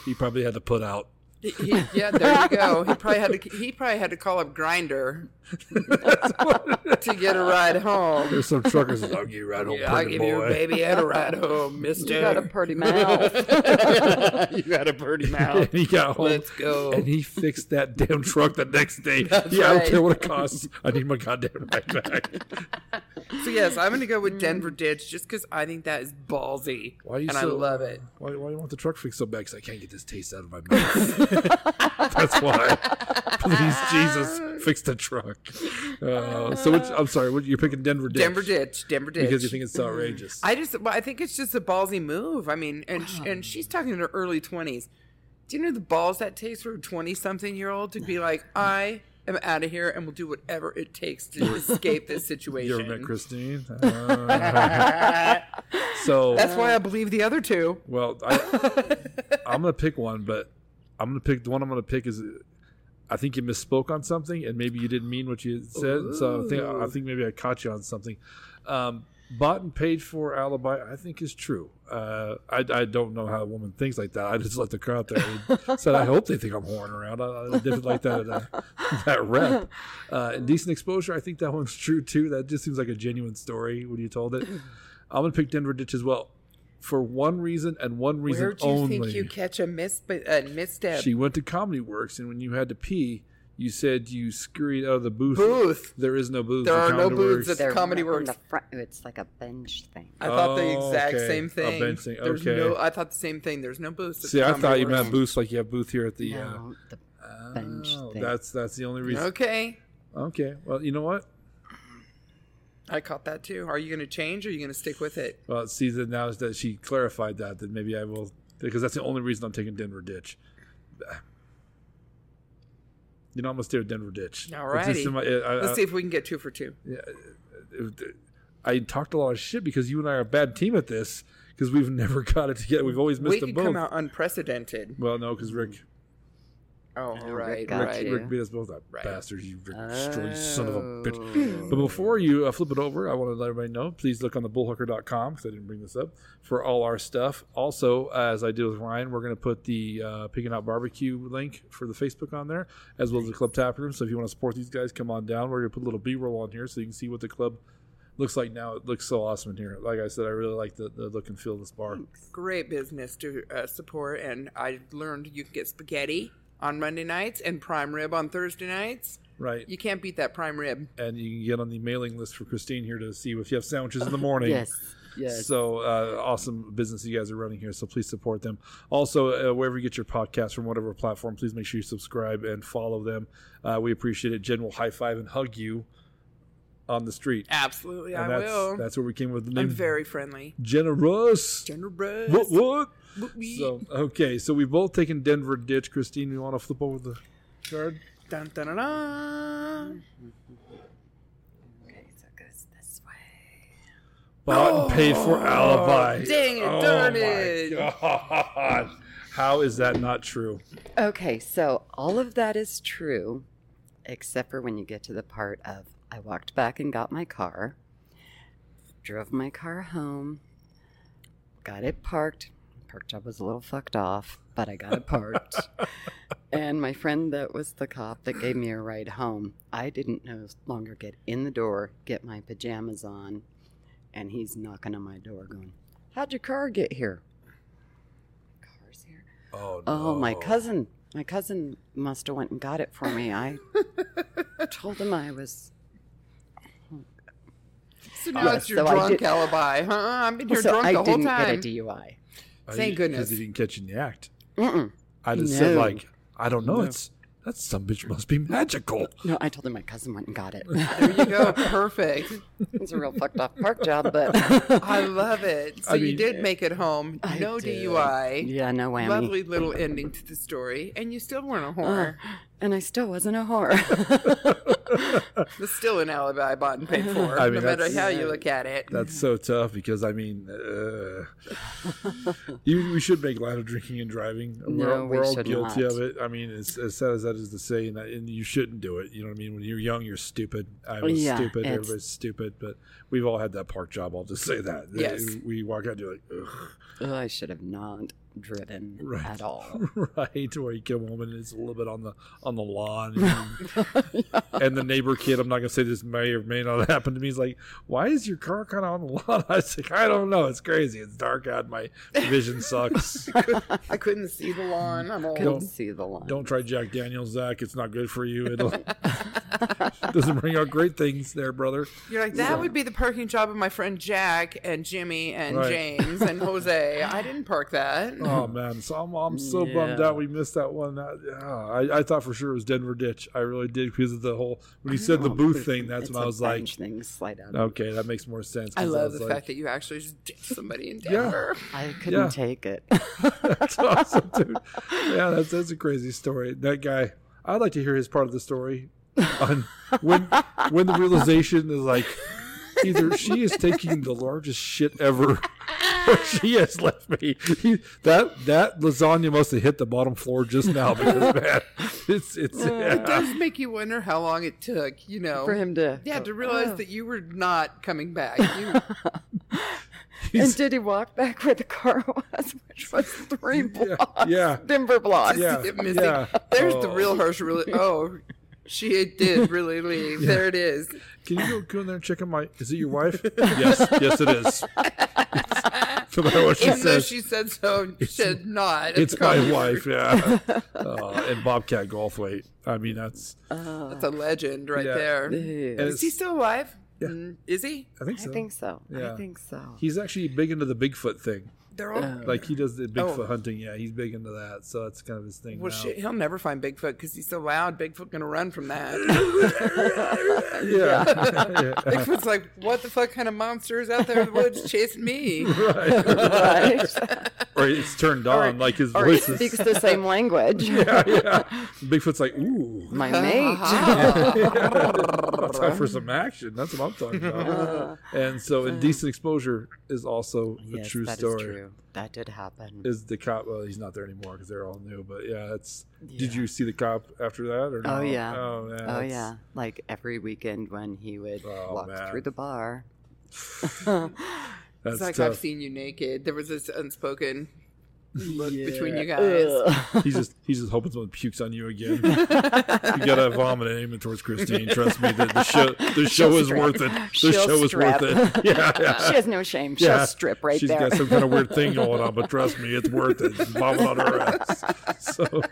S1: He probably had to put out.
S2: He- he- yeah, there you go. He probably had to. He probably had to call up Grinder to get a ride home.
S1: There's some truckers. that, I'll give you a ride home,
S2: Yeah, I'll
S1: pretty
S2: give
S1: boy.
S2: your baby and a ride home, Mister.
S3: You got a pretty mouth.
S2: you had a pretty
S1: and
S2: mouth.
S1: he got home.
S2: Let's go.
S1: And he fixed that damn truck the next day. yeah, I don't
S3: right.
S1: care what it costs. I need my goddamn ride back.
S2: So yes, I'm gonna go with Denver Ditch just because I think that is ballsy.
S1: Why are you
S2: and I
S1: so-
S2: love it.
S1: Why, why do you want the truck fixed so bad? Because I can't get this taste out of my mouth. That's why. Please, Jesus, fix the truck. Uh, so, which, I'm sorry, what, you're picking Denver Ditch.
S2: Denver Ditch, Denver Ditch.
S1: Because you think it's outrageous.
S2: I just, well, I think it's just a ballsy move. I mean, and sh and she's talking in her early twenties. Do you know the balls that takes for a twenty-something-year-old to be like, I am out of here, and will do whatever it takes to escape this
S1: you
S2: situation.
S1: ever met Christine? Uh, so,
S2: That's why I believe the other two.
S1: well, I, I'm going to pick one, but I'm going to pick the one I'm going to pick is I think you misspoke on something, and maybe you didn't mean what you said. So I think I
S2: Ooh.
S1: think maybe I caught you on something. Um, bought and paid for alibi, I think is true. Uh, I, I don't know how a woman thinks like that. I just let the crowd there. I said I hope they think I'm whoring around. I, I did like that uh, that rep. Uh, and decent exposure, I think that one's true too. That just seems like a genuine story when you told it. I'm gonna pick Denver Ditch as well, for one reason and one reason
S2: Where do you
S1: only.
S2: think you catch a mis a misstep?
S1: She went to Comedy Works, and when you had to pee, you said you scurried out of the booth.
S2: Booth.
S1: There is no booth.
S2: There
S1: at
S2: are no
S1: Comedy
S2: booths
S1: Works.
S2: at-
S3: They're
S2: Comedy
S3: right in
S2: Works.
S3: the front. It's like a bench thing.
S2: I thought the
S1: Oh,
S2: exact
S1: okay.
S2: same
S1: A
S2: thing.
S1: bench thing,
S2: There's
S1: okay.
S2: no, I thought the same thing. There's no booths. at
S1: See,
S2: the
S1: I
S2: Comedy
S1: thought you
S2: Works.
S1: meant booths like you have booth here at the. Uh,
S3: No, the bench
S1: oh,
S3: thing.
S1: that's that's the only reason.
S2: Okay,
S1: Okay. Well, you know what?
S2: I caught that too. Are you going to change? or Are you going to stick with it?
S1: Well, see, that now that she clarified that, then maybe I will, because that's the only reason I'm taking Denver Ditch. You know, I'm gonna stay with Denver Ditch. It's just
S2: Alrighty.
S1: in my- I- I-
S2: Let's see if we can get two for two.
S1: I talked a lot of shit because you and I are a bad team at this because we've never got it together. We've always missed
S2: We
S1: them
S2: could
S1: both.
S2: come out unprecedented.
S1: Well, no, because Rick,
S2: Oh,
S3: Rick
S2: right,
S3: got
S2: right.
S3: you.
S1: Rick beat us both up,
S2: Right. Oh.
S1: bastard! You Rick, destroyed son of a
S3: Oh.
S1: bitch. But before you uh, flip it over, I want to let everybody know. Please look on the bullhooker.com because I didn't bring this up for all our stuff. Also, as I did with Ryan, we're going to put the uh, picking out barbecue link for the Facebook on there, as well as the club tap room. So if you want to support these guys, come on down. We're going to put a little B-roll on here so you can see what the club looks like now. It looks so awesome in here. Like I said, I really like the, the look and feel of this bar.
S2: Great business to uh, support, and I learned you can get spaghetti on Monday nights and prime rib on Thursday nights.
S1: Right.
S2: You can't beat that prime rib.
S1: and you can get on the mailing list for Christine here to see if you have sandwiches
S2: Uh,
S1: in the morning.
S3: Yes, yes.
S1: So uh, awesome business you guys are running here. So please support them. Also, uh, wherever you get your podcast from, whatever platform, please make sure you subscribe and follow them. Uh, we appreciate it. Jen will high five and hug you on the street.
S2: Absolutely,
S1: and
S2: I
S1: that's,
S2: will.
S1: That's where we came with the
S2: I'm
S1: name.
S2: very friendly.
S1: generous.
S2: Generous.
S1: What? What?
S2: What we-
S1: So okay, so we've both taken Denver ditch. Christine, you want to flip over the card?
S2: Dun, dun, dun, dun.
S3: Okay, so it goes this way.
S1: bought and paid for alibi.
S2: Oh, dang it,
S1: oh
S2: darn
S1: my
S2: it.
S1: God. How is that not true?
S3: Okay, so all of that is true, except for when you get to the part of I walked back and got my car, drove my car home, got it parked. Park job was a little fucked off, but I got it parked. and my friend that was the cop that gave me a ride home, I didn't no longer get in the door, get my pajamas on, and he's knocking on my door going, How'd your car get here? Car's here.
S1: Oh,
S3: Oh, my cousin. My cousin must have went and got it for me. I told him I was.
S2: So now
S3: Oh, Yes,
S2: it's your
S3: so I
S2: drunk
S3: did-
S2: alibi, huh? I've been here
S3: so
S2: drunk
S3: I
S2: the whole
S3: didn't
S2: time.
S3: get a DUI.
S2: Thank goodness.
S1: Because he didn't catch you in the act.
S3: Mm-mm.
S1: I just said,
S3: No.
S1: like, I don't know.
S3: No.
S1: It's that some bitch must be magical.
S3: No, I told him my cousin went and got it.
S2: there you go. Perfect.
S3: it was a real fucked off park job, but
S2: I love it. So
S1: I
S2: you
S1: mean-
S2: did make it home.
S3: I
S2: no
S3: did.
S2: DUI.
S3: yeah, no whammy.
S2: Lovely little ending to the story, and you still weren't
S3: Uh.
S2: a whore.
S3: And I still wasn't a whore.
S2: That's still an alibi I bought and paid for,
S1: I mean,
S2: no matter
S1: that's-
S2: how you look at it.
S1: That's so tough because I mean, uh, you, we should make light of drinking and driving. We're,
S3: No,
S1: all-
S3: we
S1: we're all
S3: should
S1: guilty
S3: not.
S1: of it. I mean, as, as sad as that is to say, and, I- and you shouldn't do it. You know what I mean? When you're young, you're stupid. I was
S3: Yeah,
S1: stupid.
S3: it's-
S1: Everybody's stupid. But we've all had that park job. I'll just say that.
S2: Yes.
S1: We walk out, and you're like, Ugh.
S3: oh, I should have not. driven
S1: Right.
S3: at all.
S1: right where you come home and it's a little bit on the on the lawn and, and the neighbor kid i'm not gonna say this may or may not happen to me he's like why is your car kind of on the lawn i was like i don't know it's crazy it's dark out my vision sucks
S2: I couldn't see the lawn. I'm old.
S1: Don't-
S3: Couldn't see the line.
S1: don't try jack daniels zach it's not good for you it doesn't bring out great things there brother
S2: You're like, that would be the parking job of my friend Jack and Jimmy and
S1: Right.
S2: James and Jose. I didn't park that.
S1: oh man so i'm, I'm so bummed
S3: Yeah.
S1: out we missed that one I, yeah, I, I thought for sure it was denver ditch i really did because of the whole when you said the
S3: Oh,
S1: booth
S3: it's-
S1: thing that's
S3: it's
S1: when i
S3: a
S1: was like
S3: fringe thing slide out.
S1: Okay, that makes more sense.
S2: I
S1: 'cause
S2: love
S1: was
S2: the
S1: like-
S2: fact that you actually just ditched somebody in Denver.
S3: I couldn't
S1: Yeah.
S3: take it.
S1: that's awesome, dude. Yeah, that's that's a crazy story. That guy, I'd like to hear his part of the story on when when the realization is like either she is taking the largest shit ever or she has left me. He, that that lasagna must have hit the bottom floor just now because man, it's it's
S2: It
S1: yeah.
S2: does make you wonder how long it took, you know.
S3: For him Oh. to.
S2: Yeah, to realize that you were not coming back. You,
S3: And did he walk back where the car was, which was three
S1: Yeah,
S3: blocks?
S1: yeah.
S3: Denver blocks.
S1: Yeah,
S2: it missing.
S1: yeah.
S2: There's the
S1: Oh.
S2: real harsh. Really, oh, she did really leave. There it is.
S1: Can you go, go in there and check on my? Is it your wife? yes, yes, it is. no matter what she
S2: Even though
S1: says,
S2: she said so, she said not.
S1: it's
S2: probably-
S1: my wife, yeah. uh, and Bobcat Golfway. I mean, that's
S3: Oh,
S2: That's a legend right
S1: Yeah.
S2: there.
S3: Yeah.
S1: and
S2: Is he
S1: it's-
S2: still alive? Mm, Is he?
S1: I think
S3: I
S1: so.
S3: think so.
S1: Yeah.
S3: I think so.
S1: He's actually big into the Bigfoot thing.
S2: They're all.
S1: Like he does the Bigfoot
S2: Oh.
S1: hunting. Yeah, he's big into that. So that's kind of his thing.
S2: well,
S1: now.
S2: shit, he'll never find Bigfoot because he's so loud. Bigfoot gonna run from that.
S1: Yeah. Yeah.
S2: Bigfoot's like, what the fuck kind of monster is out there in the woods chasing me?
S1: right.
S3: right.
S1: Or it's turned on. like his
S3: Or he
S1: voice
S3: speaks
S1: is.
S3: the same language.
S1: Yeah, yeah. Bigfoot's like, ooh.
S3: My mate. Uh-huh.
S1: Time for some action. That's what I'm talking about. and so, indecent exposure is also a
S3: Yes,
S1: true
S3: that is
S1: story.
S3: true. That did happen.
S1: is the cop well he's not there anymore because they're all new but yeah that's did
S3: Yeah.
S1: you see the cop after that or no?
S3: Oh, yeah.
S1: oh man
S3: oh
S1: that's-
S3: yeah, like every weekend when he would
S1: Oh,
S3: walk
S1: man.
S3: through the bar.
S1: that's
S2: It's like I've
S1: tough
S2: seen you naked. There was this unspoken look between you
S3: Yeah.
S2: guys.
S3: Ugh.
S1: he's just he's just hoping someone pukes on you again you gotta vomit and aim it towards christine trust me the, the show the show
S3: She'll
S1: is
S3: strip.
S1: worth it the
S3: She'll
S1: show
S3: strip.
S1: is worth it yeah yeah
S3: she has no shame. She'll
S1: yeah,
S3: strip right
S1: She's
S3: there.
S1: got some kind of weird thing going on, but trust me, it's worth it. Vomit on her ass. So,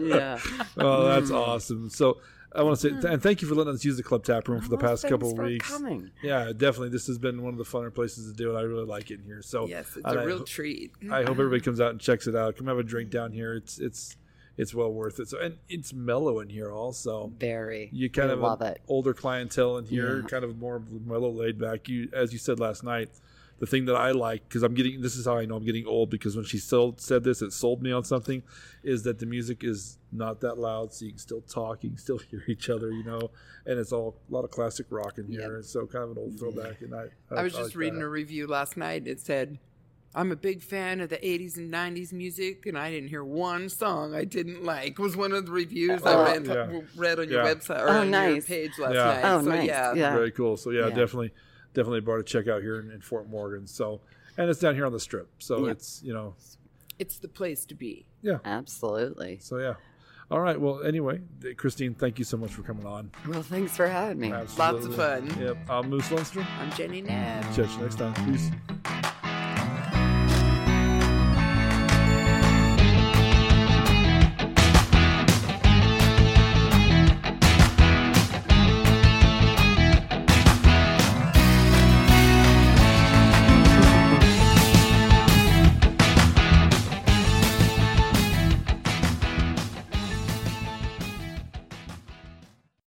S3: yeah.
S1: Oh, that's
S3: Hmm.
S1: awesome. So I want to say, and thank you for letting us use the club tap room for the
S3: Well,
S1: past
S3: Oh, thanks
S1: couple of
S3: for
S1: weeks.
S3: coming.
S1: Yeah, definitely. This has been one of the funner places to do it. I really like it in here. So
S2: Yes, it's
S1: and
S2: a
S1: I
S2: real
S1: ho-
S2: treat.
S1: I hope everybody comes out and checks it out. Come have a drink down here. It's it's it's well worth it. So and it's mellow in here also.
S3: Very.
S1: You kind
S3: We
S1: of
S3: love
S1: have
S3: it.
S1: older clientele in here,
S3: Yeah.
S1: kind of more mellow, laid back. You, as you said last night, the thing that I like because I'm getting this is how I know I'm getting old because when she sold, said this, it sold me on something, is that the music is not that loud, so you can still talk, you can still hear each other, you know, and it's all a lot of classic rock in here,
S2: Yep.
S1: and so kind of an old throwback. And I,
S2: I was
S1: I
S2: just
S1: like
S2: reading
S1: that.
S2: a review last night. It said, I'm a big fan of the 80s and 90s music, and I didn't hear one song I didn't like. Was one of the reviews
S1: Oh,
S2: I read,
S1: yeah.
S2: read on your
S1: Yeah.
S2: website or
S3: Oh,
S2: on your
S3: nice.
S2: page last
S1: Yeah.
S2: night.
S3: Oh,
S2: so,
S3: nice.
S2: Yeah.
S3: Yeah.
S1: Very cool. So yeah,
S3: Yeah.
S1: definitely, definitely a bar to check out here in, in Fort Morgan. So, and it's down here on the Strip. So
S3: Yeah.
S1: it's you know,
S2: it's the place to be.
S1: yeah.
S3: Absolutely.
S1: So yeah. All right. Well, anyway, th- Christine, thank you so much for coming on.
S3: Well, thanks for having me.
S1: Absolutely.
S2: Lots of fun.
S1: Yep. I'm Moose Lundstrom.
S2: I'm Jenny Nab.
S1: Catch you next time. Peace.